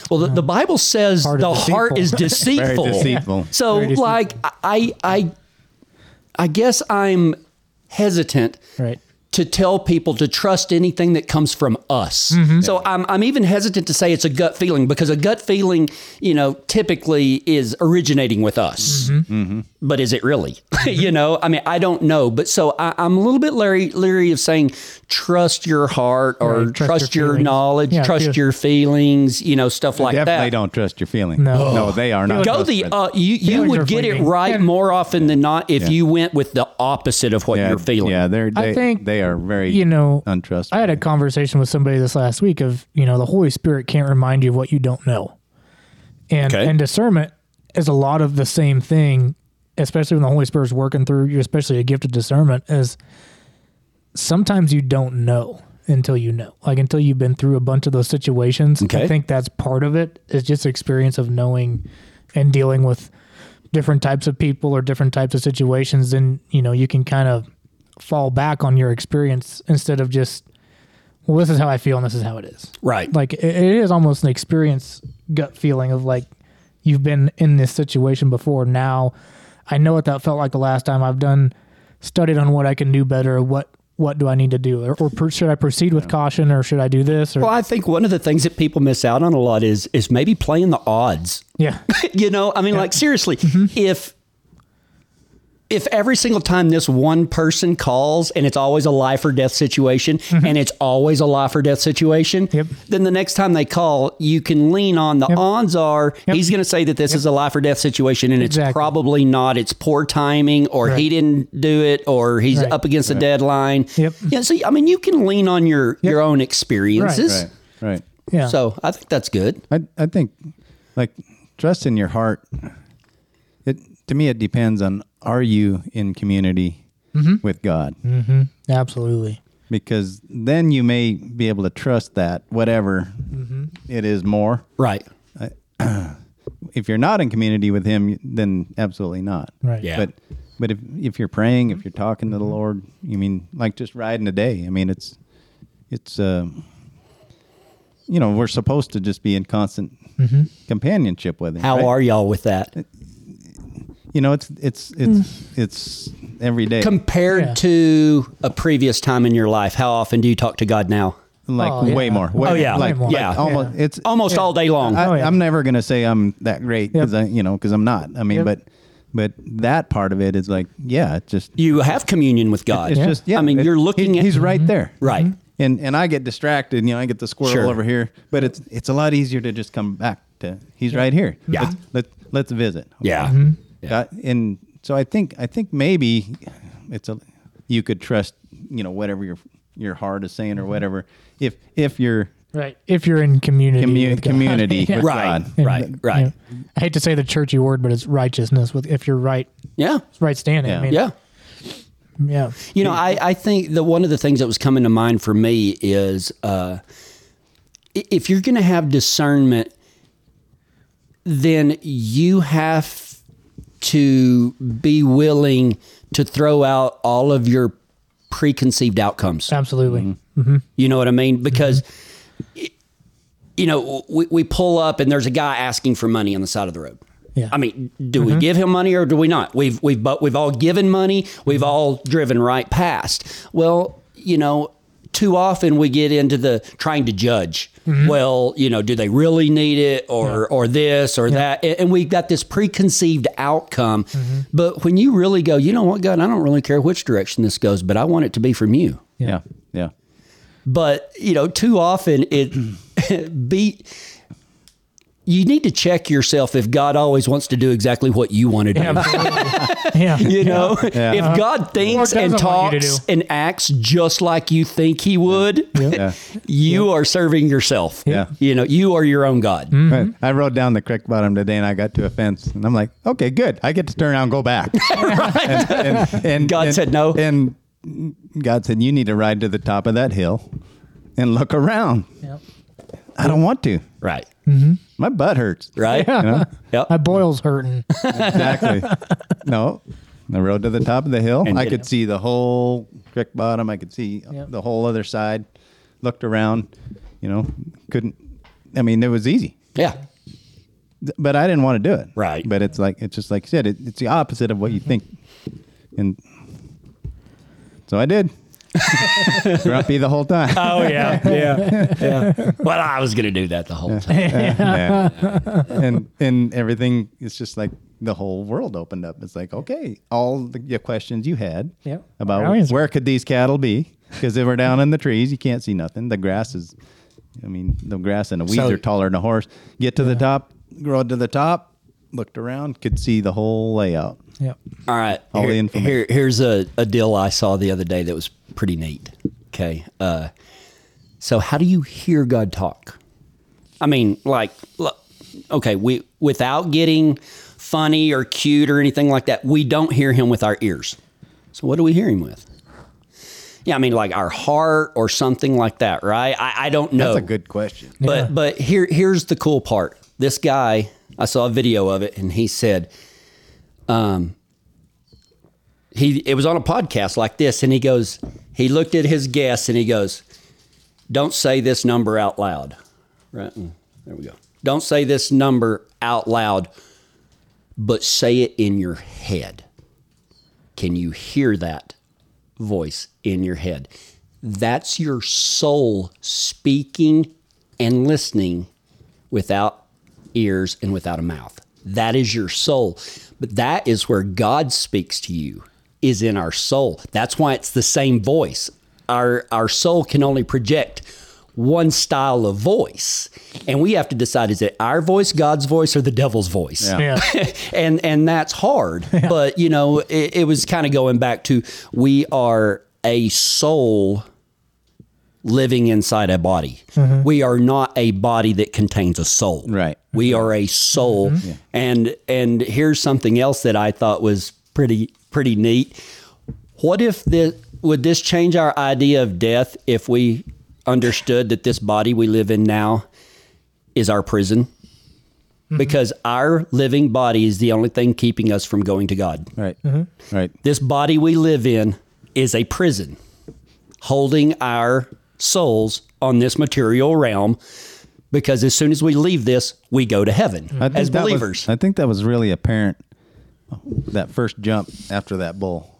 Well, the, the Bible says
Heart is
the heart
deceitful.
is deceitful.
deceitful.
So,
Very deceitful.
like, I I I guess I'm hesitant
Right.
to tell people to trust anything that comes from us.
Mm-hmm.
So I'm, I'm even hesitant to say it's a gut feeling because a gut feeling, you know, typically is originating with us.
Mm-hmm.
But is it really? you know, I mean, I don't know. But so I, I'm a little bit leery, leery of saying trust your heart or
Right,
trust,
trust your
your,
feelings.
knowledge,
Yeah,
trust
feel-
your feelings, you know, stuff like
Definitely
that.
don't trust your feelings.
No.
no, they are not.
Go the
trustworthy.
uh, you you
Feelings are
would get it
fleeting.
right
And-
more often than not if you went with the opposite of what
yeah,
you're feeling.
Yeah, they're. They,
I think,
they are very.
You know, I
untrustworthy.
had a conversation with somebody this last week of, you know, the Holy Spirit can't remind you of what you don't know. And
Okay.
and discernment is a lot of the same thing, especially when the Holy Spirit's working through you, especially a gift of discernment, is sometimes you don't know until you know. Like until you've been through a bunch of those situations.
Okay.
I think that's part of it is just experience of knowing and dealing with different types of people or different types of situations, then you know, you can kind of fall back on your experience instead of just well, this is how I feel and this is how it is.
Right.
Like it, it is almost an experience gut feeling of like you've been in this situation before. Now I know what that felt like the last time I've done studied on what I can do better. What what do I need to do, or, or per, should I proceed with caution, or should I do this? Or
Well, I think one of the things that people miss out on a lot is is maybe playing the odds.
yeah, Mm-hmm.
you know, I mean, like seriously, if if every single time this one person calls and it's always a life or death situation and it's always a life or death situation,
Mm-hmm. Yep.
then the next time they call, you can lean on the odds are he's going to say that this is a life or death situation and it's
Exactly.
probably not. It's poor timing or he
Right.
didn't do it or he's
Right.
up against a deadline.
Yep.
Yeah, so I mean, you can lean on your your own experiences.
right, right.
yeah.
So I think that's good.
I I think, like, trust in your heart. It to me, it depends on are you in community
Mm-hmm.
with God,
absolutely,
because then you may be able to trust that whatever
Mm-hmm.
it is more.
Right.
If you're not in community with Him, then absolutely not.
right? Mm-hmm.
Yeah.
But but if if you're praying, if you're talking to the Lord, you mean like just riding a day. I mean it's it's uh, you know we're supposed to just be in constant
Mm-hmm.
companionship with Him.
How
right?
are y'all with that?
you know it's it's it's
Mm.
it's every day.
Compared
Yeah.
to a previous time in your life, how often do you talk to God now?
like
Oh, yeah.
way more. Way,
Oh, yeah.
like,
Way more.
like
Yeah.
almost. It's
Almost all day long.
I,
Oh, yeah.
I'm never gonna say I'm that great because
Yep.
I, you know, because I'm not. I mean,
Yep.
but but that part of it is like, yeah, it's just,
you have communion with God.
it's just, yeah.
I mean,
it-
you're looking
he-
at
He's
Mm-hmm.
right there,
right.
And and I get distracted. You know, I get the squirrel
Sure.
over here, but it's it's a lot easier to just come back to. He's right here.
Yeah.
Let's let's, let's visit.
Yeah.
Mm-hmm.
Got- and so I think I think maybe it's a you could trust you know whatever your your heart is saying or
Mm-hmm.
whatever if if your
Right. If you're in community.
commu-
with God.
community
Yeah.
with
Right.
God.
And-
Right. Right.
yeah. I hate to say the churchy word, but it's righteousness. With if you're right,
Yeah.
right standing.
Yeah.
I mean,
Yeah.
yeah.
You know, I, I think that one of the things that was coming to mind for me is uh, i- if you're going to have discernment, then you have to be willing to throw out all of your preconceived outcomes.
Absolutely.
Mm-hmm. You know what I mean? Because, y- you know, we, we pull up and there's a guy asking for money on the side of the road.
Yeah.
I mean, do we give him money or do we not? We've we've but we've all given money. We've all driven right past. Well, you know, too often we get into the trying to judge. Well, you know, do they really need it or or this or that? And, and we've got this preconceived outcome. But when you really go, you know what, God, I don't really care which direction this goes, but I want it to be from you
yeah yeah
but you know too often it be you need to check yourself if god always wants to do exactly what you want to do
Absolutely. yeah.
you know
Yeah.
if god thinks
Or
and
doesn't want you to
talks
do.
and acts just like you think he would
yeah.
you are serving yourself
Yeah.
you know you are your own god
Mm.
Right.
Mm-hmm.
I rode down the creek bottom today and I got to a fence and I'm like, okay, good. I get to turn around and go back. and, and- and-
God
and-
said no.
And God said, you need to ride to the top of that hill and look around.
Yep.
I don't want to.
right
My butt hurts.
right
You know?
yep.
My boils hurting.
exactly. No, I rode to the top of the hill.
And
I
did
could
it.
see the whole creek bottom. I could see
Yep.
the whole other side. Looked around, you know, couldn't. I mean, it was easy,
yeah
Th- but I didn't want to do it.
Right.
But it's like it's just like you said. It, it's the opposite of what you think, and so I did. Grumpy the whole time.
oh yeah yeah yeah well i was gonna do that the whole time
Yeah. and and everything is just like the whole world opened up. It's like okay, all the your questions you had
Yep.
about
Now answer.
where could these cattle be because they were down in the trees, you can't see nothing. The grass is, I mean, the grass and the weeds
So-
are taller than a horse. Get to the top, rode to the top, looked around, could see the whole layout.
Yep.
All right.
All the
here-
information.
here- here's a, a deal I saw the other day that was pretty neat. Okay. Uh, so, how do you hear God talk? I mean, like, look, okay, we without getting funny or cute or anything like that, we don't hear Him with our ears. So, what do we hear Him with? Yeah, I mean, like our heart or something like that, right? I, I don't know.
That's a good question.
But
Yeah.
but here here's the cool part. This guy, I saw a video of it, and he said, um, he it was on a podcast like this, and he goes, he looked at his guests, and he goes, don't say this number out loud, right? Mm, There we go. Don't say this number out loud, but say it in your head. Can you hear that voice in your head? That's your soul speaking and listening without ears and without a mouth. That is your soul. But that is where God speaks to you is in our soul. That's why it's the same voice. Our our soul can only project one style of voice. And we have to decide is it our voice, God's voice or the devil's voice?
Yeah.
Yeah.
and and that's hard. But you know, it, it was kind of going back to we are a soul living inside a body. We are not a body that contains a soul.
Right.
We are a soul. And and here's something else that I thought was pretty pretty neat. What if this would this change our idea of death if we understood that this body we live in now is our prison? Because our living body is the only thing keeping us from going to God.
Right.
Mm-hmm.
Right.
This body we live in is a prison holding our souls on this material realm because as soon as we leave this, we go to heaven
I think
as
that was- oh,
believers.
I think that was really apparent that first jump after that bull.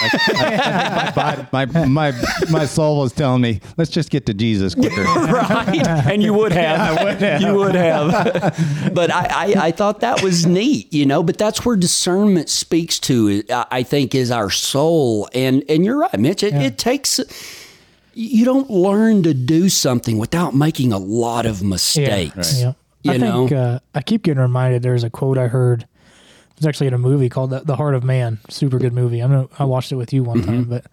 I, I think my, body, my my my soul was telling me, let's just get to Jesus quicker.
right? And you would have. You would have. but I, I, I thought that was neat, you know. But that's where discernment speaks to. I I think is our soul, and and you're right, Mitch. It, it takes. You don't learn to do something without making a lot of mistakes.
Yeah.
You
I think
know?
uh, I keep getting reminded there's a quote I heard. It was actually in a movie called The, the Heart of Man. Super good movie. I know I watched it with you one
Mm-hmm.
time, but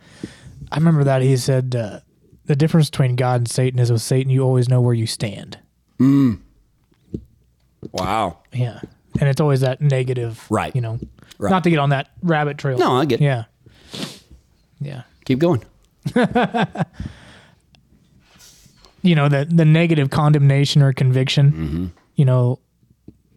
I remember that he said uh, the difference between God and Satan is with Satan you always know where you stand.
Wow.
Yeah. And it's always that negative,
Right.
You know,
Right.
not to get on that rabbit trail.
No, I get it.
Yeah, yeah.
Keep going.
You know, the the negative condemnation or conviction.
Mm-hmm.
You know,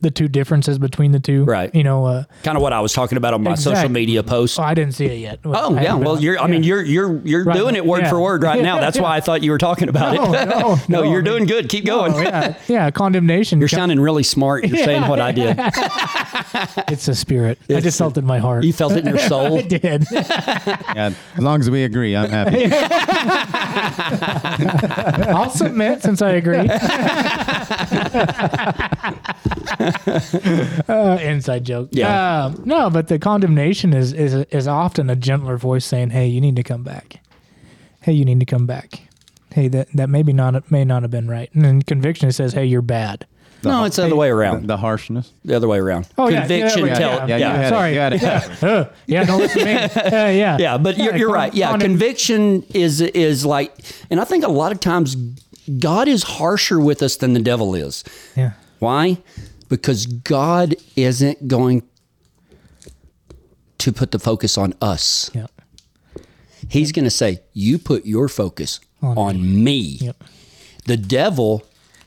the two differences between the two.
Right.
You know, uh,
Kind of what I was talking about on my social
Exactly.
media post.
oh, I didn't see it yet.
Oh yeah, well you're. I mean, you're you're you're
Right.
doing it word
Yeah.
for word right now. That's why I thought you were talking about
No,
it.
no, Oh, no,
you're
I mean-
doing good. Keep going.
yeah, yeah. Condemnation.
You're sounding really smart. You're saying what I did.
it's a spirit. I
It's-
just felt it in my heart.
You felt it in your soul.
I did.
Yeah, as long as we agree, I'm happy.
I'll submit since I agree. Uh, inside joke.
Yeah.
Um, no, but the condemnation is is is often a gentler voice saying, "Hey, you need to come back. Hey, you need to come back. Hey, that that maybe not may not have been right." And then conviction says, "Hey, you're bad."
No, it's the other way
The,
around.
the harshness.
The other way around.
Oh, yeah,
Conviction
yeah,
tell.
yeah,
Yeah,
you
yeah.
had it,
Sorry.
you had it.
Uh, yeah, don't listen to me. Uh, yeah,
but you're, you're right. Yeah,
condemn-
conviction is is like, and I think a lot of times God is harsher with us than the devil is.
yeah.
Why? Because God isn't going to put the focus on us.
Yeah.
He's going to say, "You put your focus on, me."
Yep.
The devil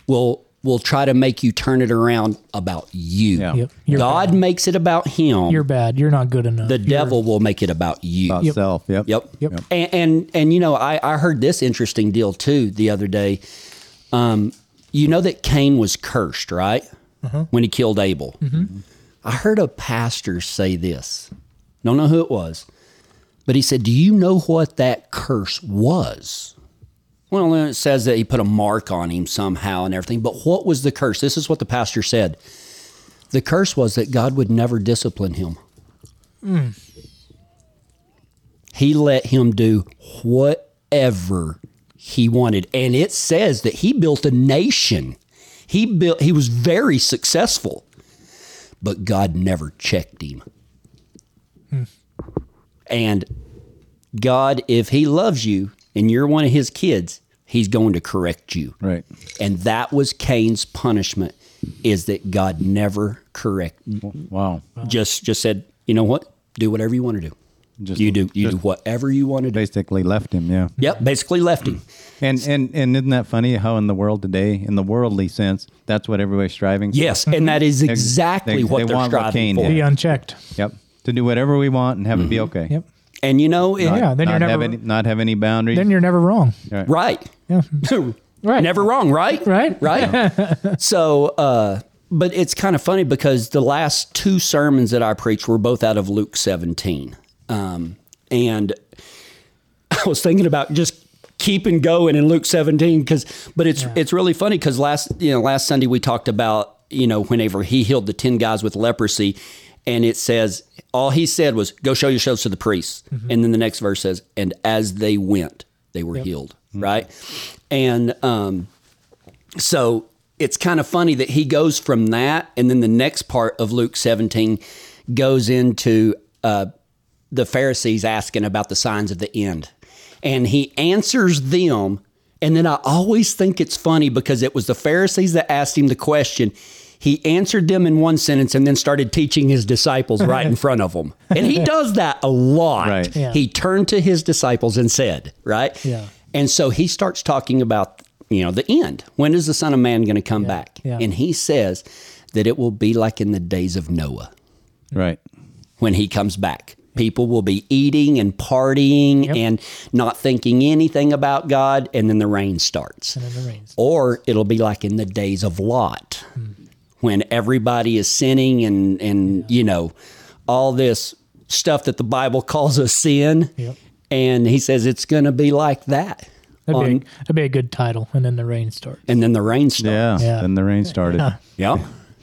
will will try to make you turn it around about you.
Yeah. Yep.
You're
God makes it about him.
You're bad. You're not good enough.
the devil will make it about you.
About
Yep.
self. Yep.
Yep.
Yep.
And, and and you know, I I heard this interesting deal too the other day. Um, you know that Cain was cursed, right? When he killed Abel. I heard a pastor say this. Don't know who it was, but he said, "Do you know what that curse was?" Well, then it says that he put a mark on him somehow and everything. But what was the curse? This is what the pastor said. The curse was that God would never discipline him. He let him do whatever he wanted. And it says that he built a nation. He built he was very successful. But God never checked him. And God, if he loves you and you're one of his kids, he's going to correct you.
Right.
And that was Cain's punishment is that God never correct
Wow.
just just said, you know what? Do whatever you want to do.
Just-
you do you do whatever you want to do.
Basically left him. Yeah.
Yep, basically lefty.
And and and isn't that funny how in the world today, in the worldly sense, that's what everybody's striving. for?
Yes, and that is exactly
they-
what
they
they are
want what
striving
Cain
for.
did.
be unchecked.
Yep. To do whatever we want and have it be okay.
Mm-hmm. Yep.
And you know, it,
Yeah. Then
not
you're
have
never.
any, not have any boundaries.
Then you're never wrong.
right,
Yeah. Right.
never wrong, right,
Right.
right. so, uh, but it's kind of funny because the last two sermons that I preached were both out of Luke 17, um, and I was thinking about just keeping going in Luke 17 because, but it's it's really funny because last you know last Sunday we talked about you know whenever he healed the ten guys with leprosy, and it says all he said was go show yourselves to the priests, and then the next verse says and as they went they were healed, right, and um, so it's kind of funny that he goes from that and then the next part of Luke 17 goes into uh, the Pharisees asking about the signs of the end. And he answers them. And then I always think it's funny because it was the Pharisees that asked him the question. He answered them in one sentence and then started teaching his disciples right in front of them. And he does that a lot.
Right.
Yeah.
He turned to his disciples and said, right?
Yeah.
And so he starts talking about, you know, the end. When is the Son of Man going to come back?
yeah.
And he says that it will be like in the days of Noah
Right.
when he comes back. People will be eating and partying and not thinking anything about God, and then the rain starts.
And then the rains.
Or it'll be like in the days of Lot
Hmm.
when everybody is sinning and, and you know, all this. stuff that the Bible calls a sin.
Yep.
And he says it's going to be like that.
That'd,
on-
be a, that'd be a good title. And then the rain starts.
and then the rain starts.
Yeah.
Yeah.
Then the rain started.
Yeah.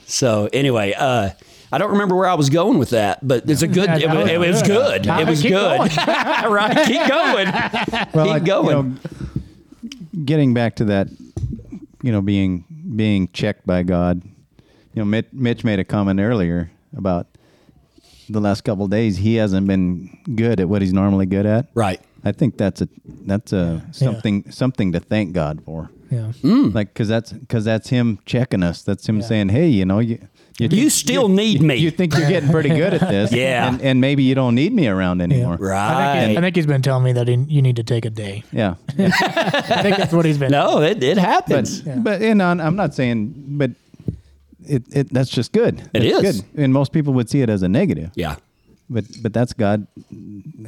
So anyway, uh, I don't remember where I was going with that, but it's a good.
Yeah,
It, was,
that was
it was good.
good.
It was
Keep
good.
going.
right? Keep going. Keep
I- you
going.
know, getting back to that, you know, being being checked by God. You know, Mitch, Mitch made a comment earlier about the last couple of days he hasn't been good at what he's normally good at.
Right.
I think that's a that's a something something to thank God for.
Yeah.
Like cuz that's cuz that's him checking us. That's him saying, "Hey, you know, you you,
You still need me.
you think you're getting pretty good at this.
Yeah.
And, and maybe you don't need me around anymore.
I think,
right.
he, I think he's been telling me that he, you need to take a day.
Yeah.
I think that's what he's been.
no, it, it happens.
But but and on, I'm not saying, but it, it that's just good.
It
It's
is.
good, and most people would see it as a negative.
yeah.
But but that's God.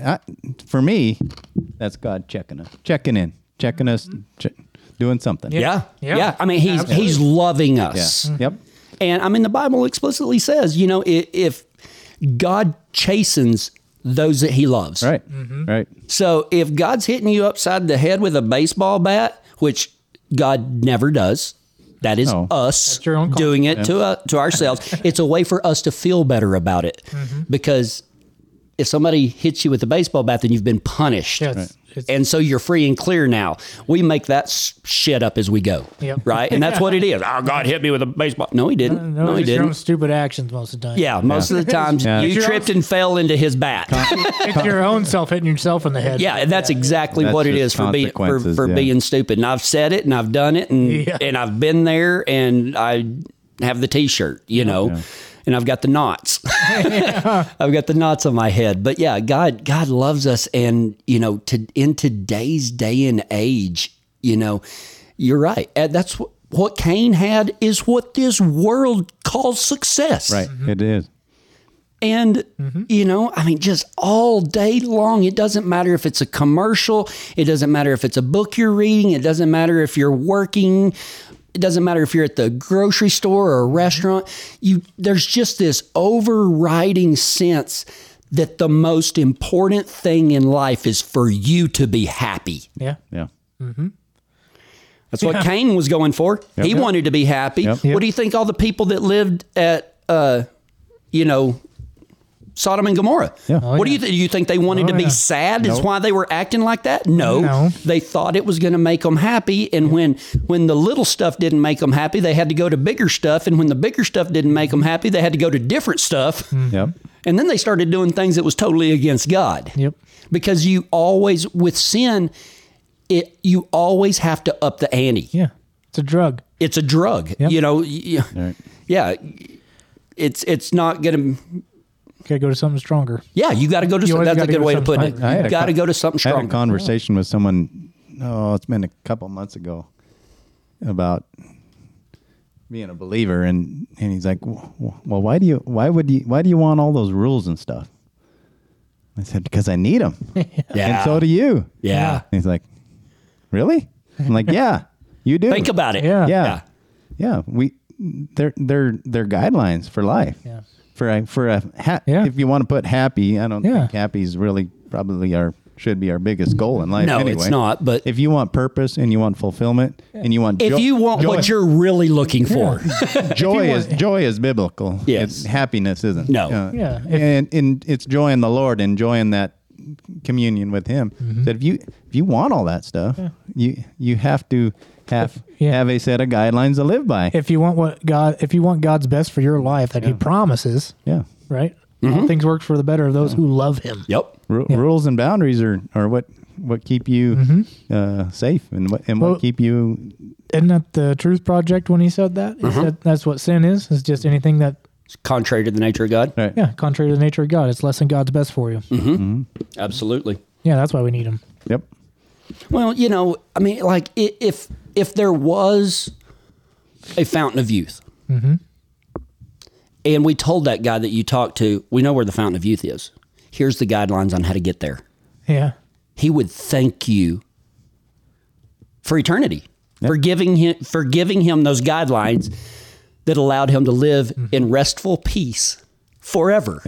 I, for me, that's God checking us, checking in, checking us, che- doing something.
Yeah.
Yeah.
Yeah. I mean, he's
Absolutely.
he's loving
Yeah.
us. Mm-hmm.
Yep.
And I mean, the Bible explicitly says, you know, i- if God chastens those that he loves.
Right. Right.
So if God's hitting you upside the head with a baseball bat, which God never does, that is
No.
us
That's your own call.
doing it to uh, to ourselves. it's a way for us to feel better about it
Mm-hmm.
because if somebody hits you with a baseball bat, then you've been punished.
Yeah, it's- Right. it's-
and so you're free and clear now. We make that s- shit up as we go,
Yep.
right? And that's what it is. Oh, God hit me with a baseball. No, he didn't.
No,
No, he
it's your own
didn't.
stupid actions most of the time.
Yeah, most of the times
Yeah.
you
your own-
tripped and fell into his bat.
It's your own self hitting yourself in the head.
Yeah, and that's exactly
That's
what it is
just
for being for,
consequences,
for
yeah.
being stupid. And I've said it, and I've done it, and
Yeah.
and I've been there, and I have the T-shirt, you know, and I've got the knots. I've got the knots on my head. But yeah, God God loves us, and you know, to in today's day and age, you know, you're right. And That's what, what Cain had is what this world calls success,
Right. It is.
and, you know, I mean, just all day long, it doesn't matter if it's a commercial, it doesn't matter if it's a book you're reading, it doesn't matter if you're working, it doesn't matter if you're at the grocery store or a restaurant. You, there's just this overriding sense that the most important thing in life is for you to be happy.
Yeah.
Yeah.
That's what Cain was going for. He wanted to be happy.
Yep.
What do you think all the people that lived at, uh, you know, Sodom and Gomorrah?
Yeah.
what do you think? You think they wanted to be
Oh, yeah.
sad? Is why they were acting like that? No.
No.
They thought it was going to make them happy, and when when the little stuff didn't make them happy, they had to go to bigger stuff, and when the bigger stuff didn't make them happy, they had to go to different stuff.
Hmm.
Yep.
And then they started doing things that was totally against God.
Yep.
Because you always with sin, it you always have to up the ante.
Yeah. It's a drug.
It's a drug. You know, y- y-
Right.
yeah. It's it's not gonna.
Gotta go to something stronger.
Yeah, you got to go to.
You
Some,
always
that's a
gotta
good
go
way to
something
put it.
I- I had
You
a
got to
con-
go to something
I had a
stronger.
conversation with someone. Oh, it's been a couple months ago about being a believer, and and he's like, "Well, well, why do you why would you why do you want all those rules and stuff?" I said, "Because I need them,
Yeah.
and so do you." And
yeah.
he's like, "Really?" I'm like, "Yeah, you do."
Think about it.
Yeah.
yeah, yeah. We they're they're they're guidelines for life.
Yeah.
For a for a ha-
Yeah.
if you want to put happy, I don't
Yeah.
think happy is really probably our should be our biggest goal in life.
No,
anyway.
it's not, but-
if you want purpose and you want fulfillment and you want
If
jo-
you want
joy,
what you're really looking for,
joy is joy is biblical.
Yes.
It's- happiness isn't. Uh,
No.
Yeah. If-
and and it's joy in the Lord, enjoying that communion with Him.
Mm-hmm.
That if you if you want all that stuff, you you have to have
yeah.
have a set of guidelines to live by.
If you want what God, if you want God's best for your life that He promises,
yeah.
right? All things work for the better of those who love Him.
Mm-hmm. yep.
Ru- Rules and boundaries are, are what what keep you uh, safe and what and
Mm-hmm. Well-
what keep you
Isn't that the Truth Project when He said that? He
Mm-hmm.
said that's what sin is. It's just anything that,
It's contrary to the nature of God.
right.
yeah, contrary to the nature of God. It's less than God's best for you.
Mm-hmm. Absolutely.
Yeah, that's why we need Him.
Yep.
Well, you know, I mean, like i- if if there was a fountain of youth, and we told that guy that you talked to, we know where the fountain of youth is. Here's the guidelines on how to get there.
Yeah.
He would thank you for eternity for giving him for giving him those guidelines that allowed him to live in restful peace forever.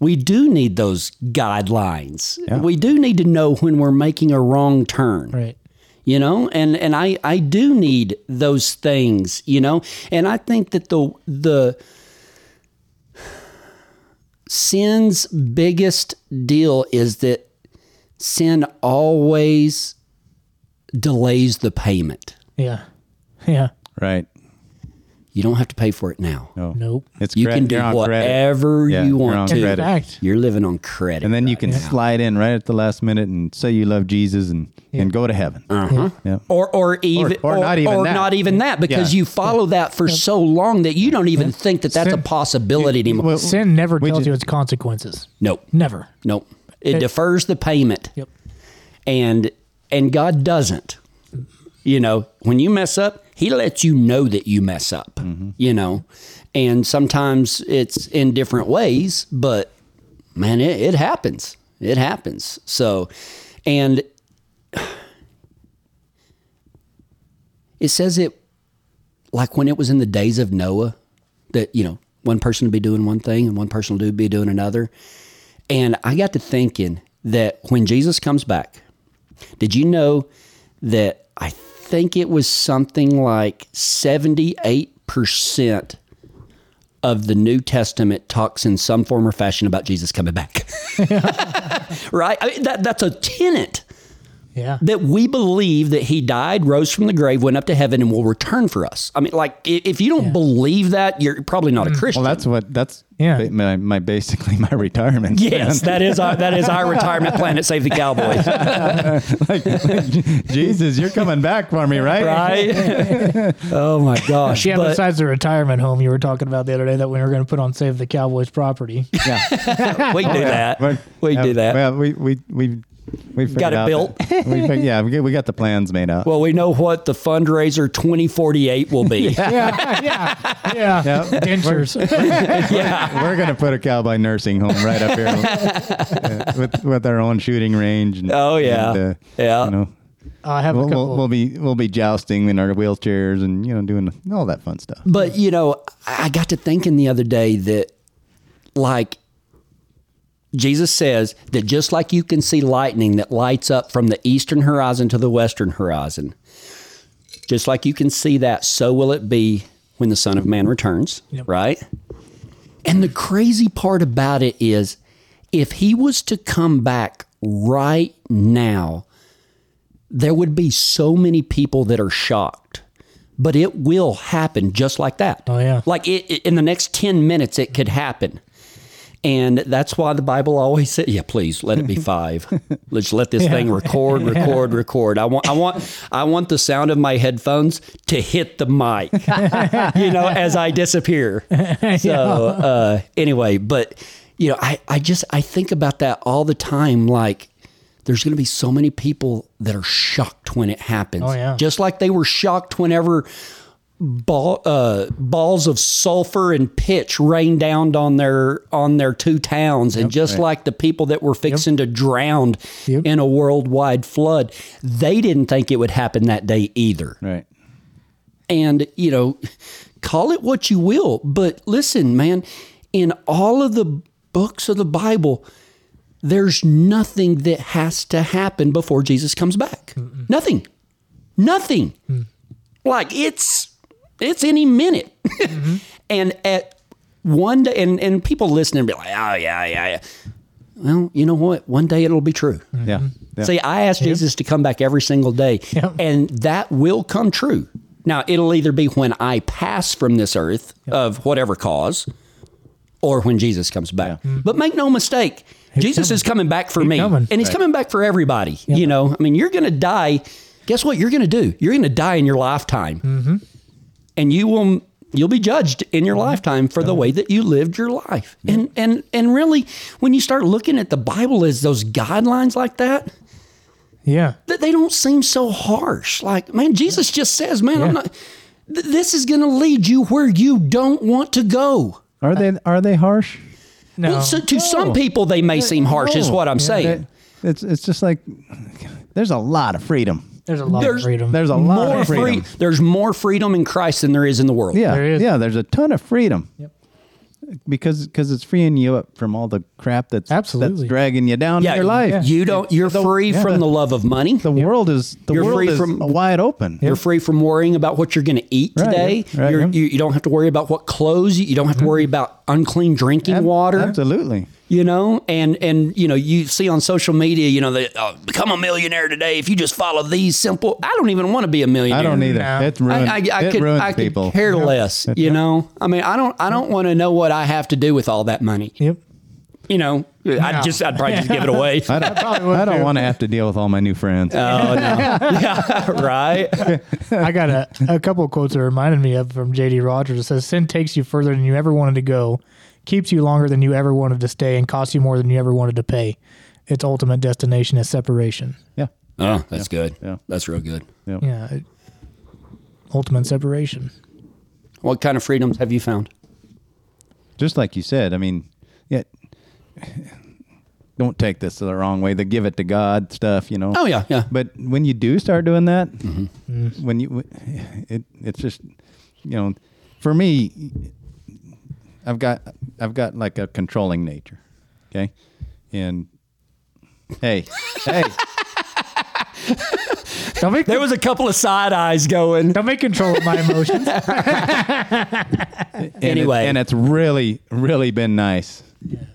we do need those guidelines.
Yeah.
We do need to know when we're making a wrong turn.
Right.
You know, and and I I do need those things, you know. And I think that the the sin's biggest deal is that sin always delays the payment.
Yeah. Yeah.
Right.
You don't have to pay for it now.
No.
Nope.
It's
You
credit.
can do
You're on credit.
whatever
Yeah,
you
you're
want
on
to.
credit.
Fact.
You're living on credit.
And then you can slide in right at the last minute and say you love Jesus and, and go to heaven.
Uh-huh.
Yeah.
Or, or even
or not even that.
not even that, because
Yeah.
you follow that for so long that you don't even think that that's a
Sin-
possibility anymore.
Well,
Sin never
we
tells
ju-
you its consequences.
nope,
Never.
nope. It, defers the payment,
Yep.
and and God doesn't. You know, when you mess up, He lets you know that you mess up. You know, and sometimes it's in different ways, but man, it, it happens. It happens. So, and it says it like when it was in the days of Noah that, you know, one person would be doing one thing and one person would be doing another. And I got to thinking that when Jesus comes back, did you know that I think it was something like 78% of the New Testament talks in some form or fashion about Jesus coming back? right? I mean, that, that's a tenet
Yeah.
that we believe that he died, rose from the grave, went up to heaven, and will return for us. I mean, like, i- if you don't believe that, you're probably not a Christian.
Mm. Well, that's what that's
Yeah.
ba- my, my basically my retirement.
yes, that is our, that is our retirement plan at Save the Cowboys,
like, like, Jesus, you're coming back for me, right?
right? oh my gosh!
Yeah,
but-
besides the retirement home you were talking about the other day that we were going to put on Save the Cowboys property.
Yeah.
we can do that.
We're-
We can do
yeah,
that. Well,
Well, we we we we
Got it built.
we, fig- yeah, we, got- we got the plans made out.
we know what the fundraiser 2048 will be.
yeah. Yeah. Yeah.
Yep.
Dentures.
We're gonna put a cowboy nursing home right up here uh, with with our own shooting range. And,
Oh, yeah.
and, uh,
Yeah.
You know,
I have
we'll,
a
we'll,
couple.
we'll be we'll be jousting in our wheelchairs and you know doing all that fun stuff.
But you know, I I got to thinking the other day that, like, Jesus says that just like you can see lightning that lights up from the eastern horizon to the western horizon, just like you can see that, so will it be when the Son of Man returns,
Yep.
right? And the crazy part about it is if he was to come back right now, there would be so many people that are shocked. But it will happen just like that.
Oh, yeah.
Like it, it- in the next 10 minutes, it could happen. And that's why the Bible always said, "Yeah, please let it be five. Let's let this thing record, record, record. I want, I want, I want the sound of my headphones to hit the mic, you know, as I disappear." So uh, anyway, but you know, I, I just I think about that all the time. Like, there's going to be so many people that are shocked when it happens.
Oh, yeah.
Just like they were shocked whenever ball, uh, balls of sulfur and pitch rained down on their on their two towns, and just like the people that were fixing to drown
Yep.
in a worldwide flood, they didn't think it would happen that day either.
Right.
And you know, call it what you will, but listen, man, in all of the books of the Bible. There's nothing that has to happen before Jesus comes back. Nothing. Nothing like it's it's any minute and at one day and, and people listening be like oh yeah yeah yeah well you know what one day it'll be true
Yeah. yeah.
see i ask jesus to come back every single day
Yep.
and that will come true now it'll either be when i pass from this earth of whatever cause or when jesus comes back but make no mistake jesus is coming back for me
coming.
and he's coming back for everybody you know i mean you're gonna die guess what you're gonna do you're gonna die in your lifetime and you will you'll be judged in your lifetime for the way that you lived your life. And and and really when you start looking at the Bible as those guidelines like that,
yeah.
that they don't seem so harsh. Like, man, Jesus just says, man, I'm not th- this is going to lead you where you don't want to go.
Are they are they harsh?
No.
Well, so to some people, they may seem harsh, is
No.
what I'm
Oh, Yeah,
saying.
they- It's it's just like there's a lot of freedom.
there's a lot
there's-
of freedom.
There's a lot
More
of freedom.
free, there's more freedom in Christ than there is in the world.
Yeah,
There is.
yeah. There's a ton of freedom. Yep. because because it's freeing you up from all the crap that's
Absolutely.
that's dragging you down in your life.
You don't. You're free
yeah,
from
the-
the love of money.
The world is the
You're
world
free
is
from-
wide open.
You're free from worrying about what you're going to eat
Right,
today.
yeah, right,
You're,
yeah. Mm-hmm.
you, you don't have to worry about what clothes. You, you don't have to worry about unclean drinking
Ab-
water.
Absolutely.
You know, and and you know, you see on social media, you know, that uh, become a millionaire today if you just follow these simple. I don't even want to be a millionaire.
I don't either.
No.
It's ruined.
I, I, I
it
could,
ruins
I could
people.
care less. You know, I mean, I don't, I don't want to know what I have to do with all that money.
Yep.
You know, I'd
No.
just, I'd probably just give it away.
I don't, I don't want to have to deal with all my new friends.
Oh no, yeah, right.
I got a, a couple of quotes that reminded me of from JD Rogers. It says, Sin takes you further than you ever wanted to go, keeps you longer than you ever wanted to stay, and costs you more than you ever wanted to pay. Its ultimate destination is separation.
yeah.
Oh, that's good.
yeah.
That's real good.
Yeah. it- ultimate separation.
What kind of freedoms have you found?
Just like you said, I mean, yeah. Don't take this the wrong way. The give it to God stuff, you know.
Oh yeah, Mm-hmm. yeah.
But when you do start doing that, when you, it it's just, you know, for me, I've got I've got like a controlling nature, okay, and hey, hey,
Don't make,
There was a couple of side eyes going.
don't make control of my emotions.
and it-
Anyway.
and it's really really been nice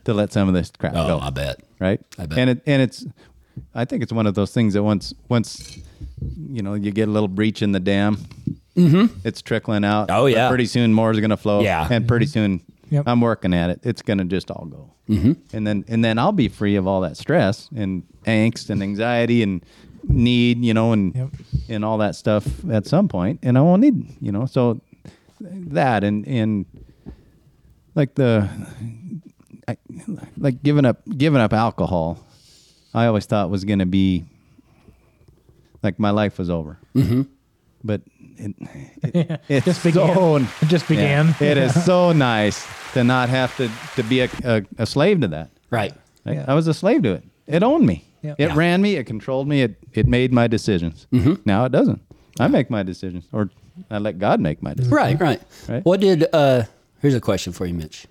to let some of this crap
Oh,
go.
I bet.
right?
I bet.
And it and it's, I think it's one of those things that once once, you know, you get a little breach in the dam, it's trickling out.
Oh,
but
yeah.
pretty soon more is going to flow.
Yeah. Mm-hmm.
and pretty soon
Yep.
I'm working at it. It's going to just all go. Mm-hmm. And then and then I'll be free of all that stress and angst and anxiety and need, you know, and
Yep.
and all that stuff at some point, and I won't need, you know, so that and and like the I, like giving up giving up alcohol i always thought was going to be like my life was over mm-hmm. but it, it, it's
Just began.
so
It just began.
Yeah, it is so nice to not have to to be a, a, a slave to that
Right.
Like,
Yeah.
i was a slave to it it owned me
Yeah.
it
Yeah.
ran me it controlled me it it made my decisions mm-hmm. now it doesn't i make my decisions or i let god make my decisions
Right, right.
Right?
What did uh here's a question for you, Mitch.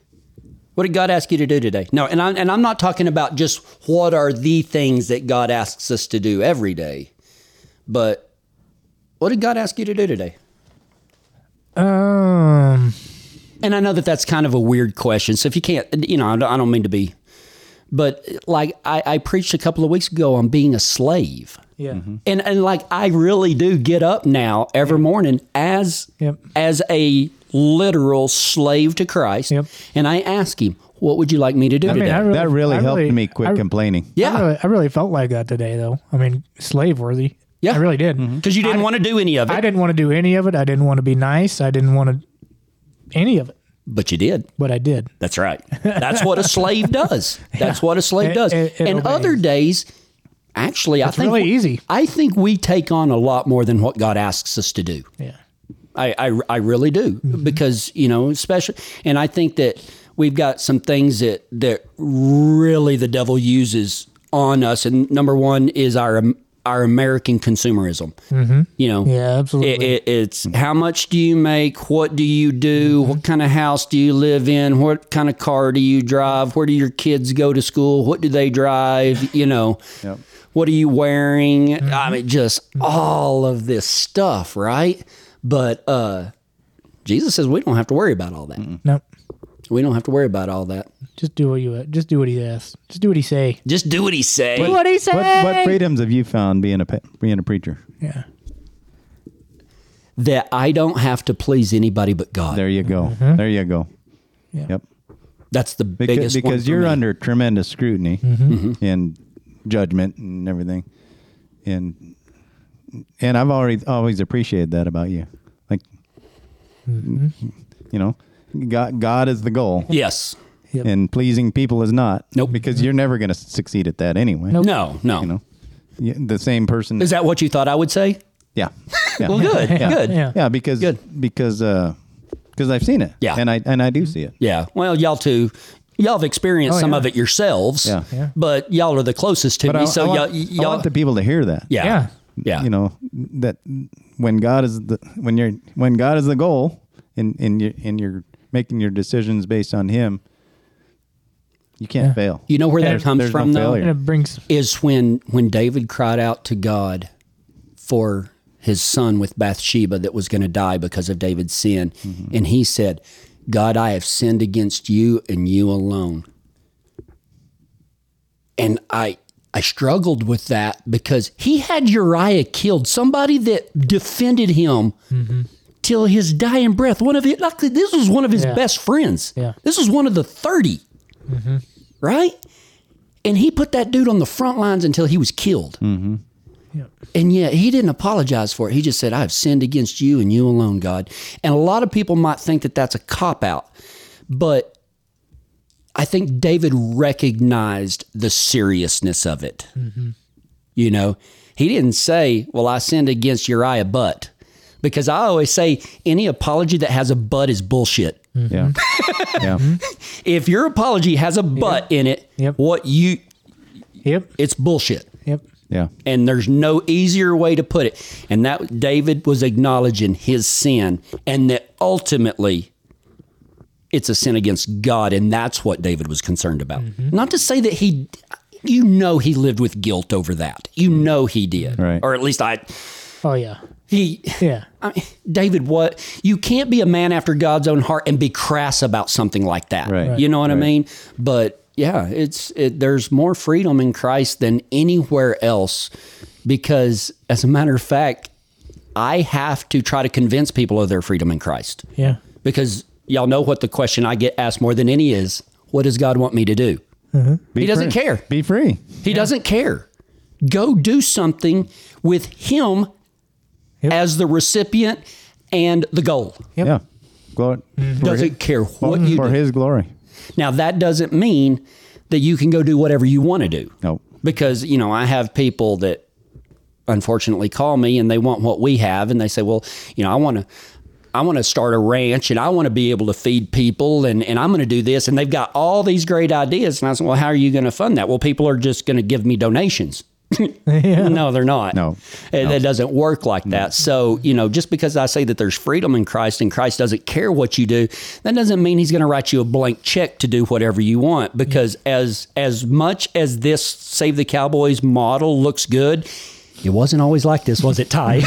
What did God ask you to do today? No, and I'm and I'm not talking about just what are the things that God asks us to do every day, but what did God ask you to do today?
um,
And I know that that's kind of a weird question. So if you can't, you know, I don't, I don't mean to be, but like I, I preached a couple of weeks ago on being a slave.
yeah.
and and like I really do get up now every morning as
Yep.
as a literal slave to Christ,
Yep.
and I ask Him, "What would you like me to do
I mean,
today?"
I really,
that really
I
helped me quit
I-
complaining
yeah,
I really, I really felt like that today, though. I mean, slave worthy.
Yeah. Mm-hmm.
I really did.
because you didn't want to do any of it,
I didn't want to do any of it. I didn't want to be nice. I didn't want to any of it,
but you did.
but I did.
That's right. That's what a slave does. That's what a slave
It-
does.
it- it
and
obeys.
other days, actually, I think
really
we-
easy.
I think we take on a lot more than what God asks us to do.
Yeah.
I, I, I really do
Mm-hmm.
because you know especially and I think that we've got some things that that really the devil uses on us and number one is our our American consumerism you know
Mm-hmm. Yeah, absolutely.
it, it, it's how much do you make what do you do
Mm-hmm.
what kind of house do you live in what kind of car do you drive where do your kids go to school what do they drive you know
Yep.
what are you wearing
Mm-hmm.
i mean just all of this stuff right but uh jesus says we don't have to worry about all that
No,
we don't have to worry about all that
just do what you just do what he asks. Just do what he say.
just do what he say
do he say.
What, what freedoms have you found being a pe- being a preacher?
yeah.
that i don't have to please anybody but god
There you go. There you go.
Mm-hmm. Yeah.
Yep.
that's the
Because,
biggest one
because
for
you're
me. Mm-hmm.
under tremendous scrutiny and judgment and everything, and and I've already always appreciated that about you. Like,
Mm-hmm.
you know, God God is the goal,
yes
Yep.
and pleasing people is not.
Nope.
Because you're never going to succeed at that anyway.
Nope.
no no
You know, You- the same person.
is that what you thought i would say
yeah. yeah.
well good
Yeah.
good
Yeah.
Yeah, because
Good.
because uh because I've seen it.
Yeah. Mm-hmm.
and I and I do see it.
Yeah. Well, y'all too. Y'all have experienced
Oh,
some
yeah.
of it yourselves.
Yeah.
Yeah.
But y'all are the closest to
But
me.
I,
so
I want,
y'all, y'all
I want the people to hear that.
yeah.
Yeah.
Yeah.
you know that when God is the when you're when God is the goal and and you and you're making your decisions based on him, you can't fail.
You know where that
There's-
comes
there's no
from, though,
failure.
And it brings
is when when David cried out to God for his son with Bathsheba that was going to die because of David's sin, and he said, "God, I have sinned against you and you alone." And I I struggled with that because he had Uriah killed, somebody that defended him. Till his dying breath, one of his, like this was one of his
Yeah.
best friends.
Yeah.
This was one of the 30 right? And he put that dude on the front lines until he was killed.
Yep.
And yet he didn't apologize for it. He just said, I've sinned against you and you alone, God. And a lot of people might think that that's a cop out, but I think David recognized the seriousness of it. You know, he didn't say, Well, I sinned against Uriah, but because I always say any apology that has a but is bullshit
Yeah.
Mm-hmm.
yeah.
if your apology has a but in it,
Yep.
what you
Yep.
it's bullshit.
Yep.
Yeah.
And there's no easier way to put it. And that David was acknowledging his sin and that ultimately it's a sin against God and that's what David was concerned about.
Mm-hmm.
Not to say that he you know he lived with guilt over that. You
Mm-hmm.
know he did.
Right.
Or at least I
Oh yeah.
he
Yeah.
I mean, David, what you can't be a man after God's own heart and be crass about something like that.
Right. Right.
You know what I mean? But yeah, it's it, there's more freedom in Christ than anywhere else because, as a matter of fact, I have to try to convince people of their freedom in Christ
Yeah.
because y'all know what the question I get asked more than any is, "What does God want me to do?"
Mm-hmm. Be
He doesn't
free.
care.
Be free.
He doesn't care. Go do something with him
Yep.
as the recipient and the goal.
Yep.
Yeah. Glory. for
Doesn't
his-
care Mm-hmm. what you
for
do.
his glory.
Now that doesn't mean that you can go do whatever you want to do.
No.
Because, you know, I have people that unfortunately call me and they want what we have and they say, "Well, you know, I want to I want to start a ranch and I want to be able to feed people and, and I'm going to do this. And they've got all these great ideas. And I said, well, how are you going to fund that? Well, people are just going to give me donations. No, they're not.
No.
And That doesn't work like that. So, you know, just because I say that there's freedom in Christ and Christ doesn't care what you do, that doesn't mean he's going to write you a blank check to do whatever you want because as as much as this Save the Cowboys model looks good, it wasn't always like this, was it, Ty?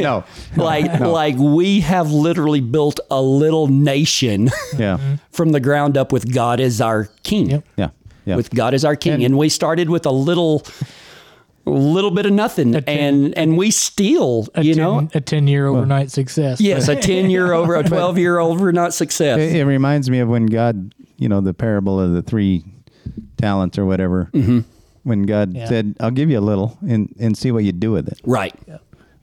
No.
like like we have literally built a little nation
Yeah.
from the ground up with God as our king.
Yep.
Yeah. Yeah.
with God as our King, and, we started with a little, little bit of nothing, and and we still, you know,
a ten-year overnight success.
yes, a ten year over, a twelve year overnight success.
It, it reminds me of when God, you know, the parable of the three talents or whatever.
Mm-hmm.
When God
Yeah.
said, "I'll give you a little and and see what you do with it,"
Right?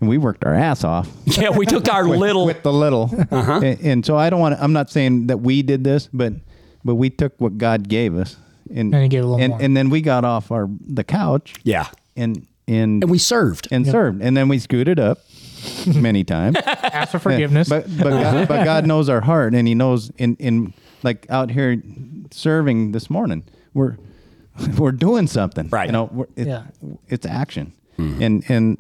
and we worked our ass off
Yeah, we took our little.
with the little.
Uh-huh.
uh And, and so I don't want. to I'm not saying that we did this, but but we took what God gave us and
And he gave a little
and,
more.
and then we got off our the couch.
yeah,
And and
and we served.
and served, and then we scooted up many times.
Ask for forgiveness.
But but God, but God knows our heart, and He knows in in like out here serving this morning, we're we're doing something,
Right. Hmm.
You know, we're, it,
Yeah.
it's action, and and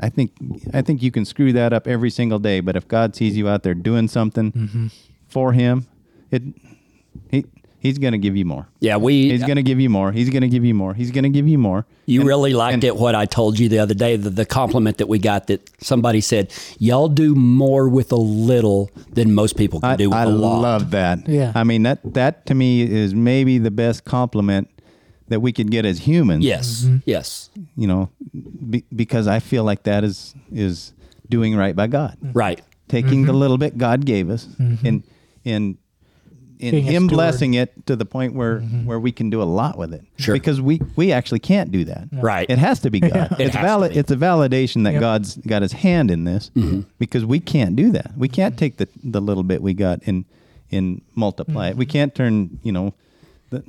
I think I think you can screw that up every single day. But if God sees you out there doing something
Mm-hmm.
for Him, it he he's gonna give you more.
yeah, we.
He's gonna give you more. He's gonna give you more. He's gonna give you more.
you
And-
really liked it what I told you the other day. The, the compliment that we got that somebody said, "Y'all do more with a little than most people can
I,
do with
I
a lot."
love that.
Yeah.
I mean that that to me is maybe the best compliment that we could get as humans.
yes, yes,
You know, be, because I feel like that is is doing right by God.
right.
Taking
Mm-hmm.
the little bit God gave us and and and
Being a
him
steward. Mm-hmm.
blessing it to the point where where we can do a lot with it.
Sure.
Because we we actually can't do that.
Right.
It has to be
It
God. it's
has to
valid
be. Mm-hmm.
it's a validation that
Yep.
God's got his hand in this because we can't do that. We can't take the, the little bit we got and and multiply it. We
Mm-hmm.
can't turn, you know, the,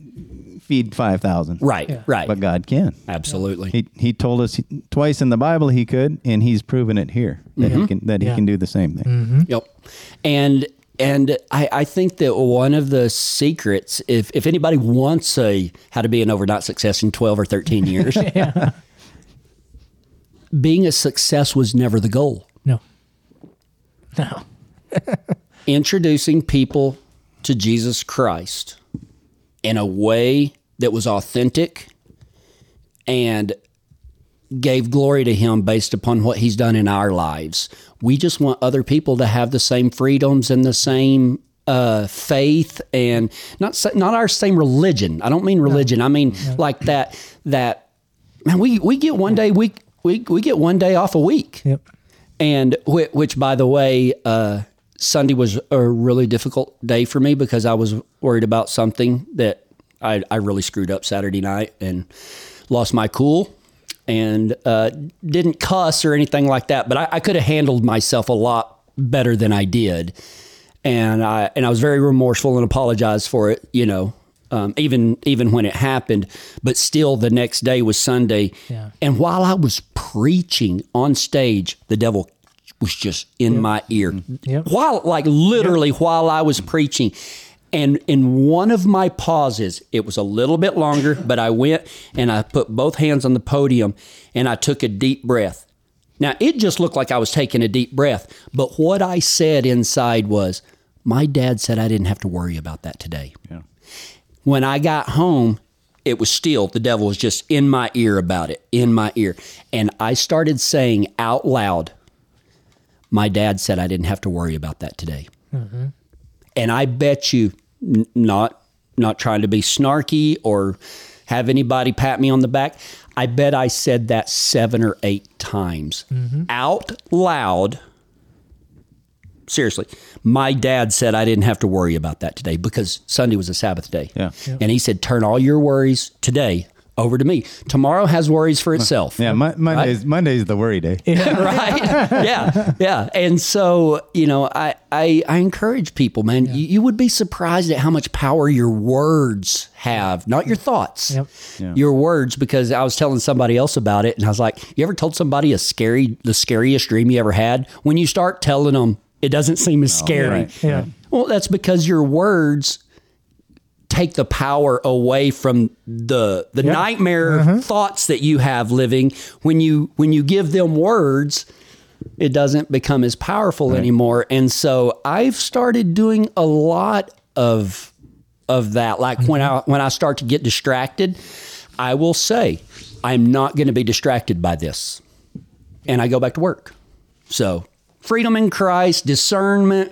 feed 5,000.
Right,
Yeah.
right.
But God can.
Absolutely.
He he told us he- twice in the Bible he could and he's proven it here that
Mm-hmm.
he can that he
Yeah. Mm-hmm.
can do the same thing.
Yep. And and I, I think that one of the secrets, if if anybody wants a how to be an overnight success in twelve or thirteen years, being a success was never the goal.
no. No.
introducing people to Jesus Christ in a way that was authentic and gave glory to him based upon what he's done in our lives. We just want other people to have the same freedoms and the same uh, faith and not sa- not our same religion. I don't mean religion. I mean like that that man. We we get one day we we we get one day off a week.
Yep.
And which, which by the way, uh, Sunday was a really difficult day for me because I was worried about something that I, I really screwed up Saturday night and lost my cool and uh, didn't cuss or anything like that. But I, I could have handled myself a lot better than I did. And I and I was very remorseful and apologized for it, you know, um, even even when it happened. But still, the next day was Sunday,
Yeah.
and while I was preaching on stage, the devil was just in my ear.
Yep.
While like literally while I was preaching. And in one of my pauses, it was a little bit longer, but I went and I put both hands on the podium and I took a deep breath. Now, it just looked like I was taking a deep breath, but what I said inside was, My dad said I didn't have to worry about that today
Yeah.
when I got home, it was still the devil was just in my ear about it, in my ear. And I started saying out loud, My dad said I didn't have to worry about that today. And I bet you, n- not not trying to be snarky or have anybody pat me on the back, I bet I said that seven or eight times out loud seriously, my dad said I didn't have to worry about that today because Sunday was a Sabbath day.
Yeah.
And he said, turn all your worries today over to me. Tomorrow has worries for itself.
Yeah, Mon- Monday's Monday's the worry day.
right? yeah, yeah. And so, you know, I I, I encourage people, man. You, you would be surprised at how much power your words have, not your thoughts.
Yep.
Yeah.
Your words, because I was telling somebody else about it, and I was like, "You ever told somebody a scary, the scariest dream you ever had? When you start telling them, it doesn't seem as scary.
right.
Yeah.
Well, that's because your words take the power away from the the nightmare thoughts that you have living when you when you give them words it doesn't become as powerful anymore and so i've started doing a lot of of that like when i when i start to get distracted i will say i'm not going to be distracted by this and i go back to work so, freedom in Christ, discernment,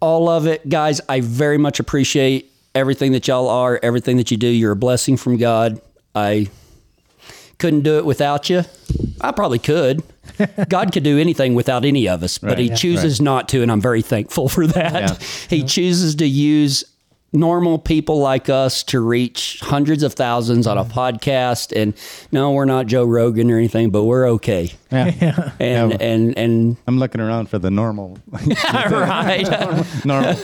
all of it. Guys, I very much appreciate everything that y'all are, everything that you do. You're a blessing from God. I couldn't do it without you. I probably could. God could do anything without any of us, but
Right.
He
Yeah.
chooses not to, and I'm very thankful for that.
Yeah.
He chooses to use normal people like us to reach hundreds of thousands on a
Mm-hmm.
podcast. And no, we're not Joe Rogan or anything, but we're okay.
Yeah.
And
Yeah.
and and
I'm looking around for the normal.
right.
normal.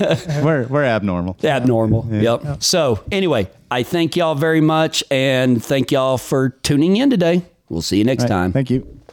We're we're abnormal.
Abnormal. Yep. So, anyway, I thank y'all very much and thank y'all for tuning in today. We'll see you next
Right.
time.
Thank you.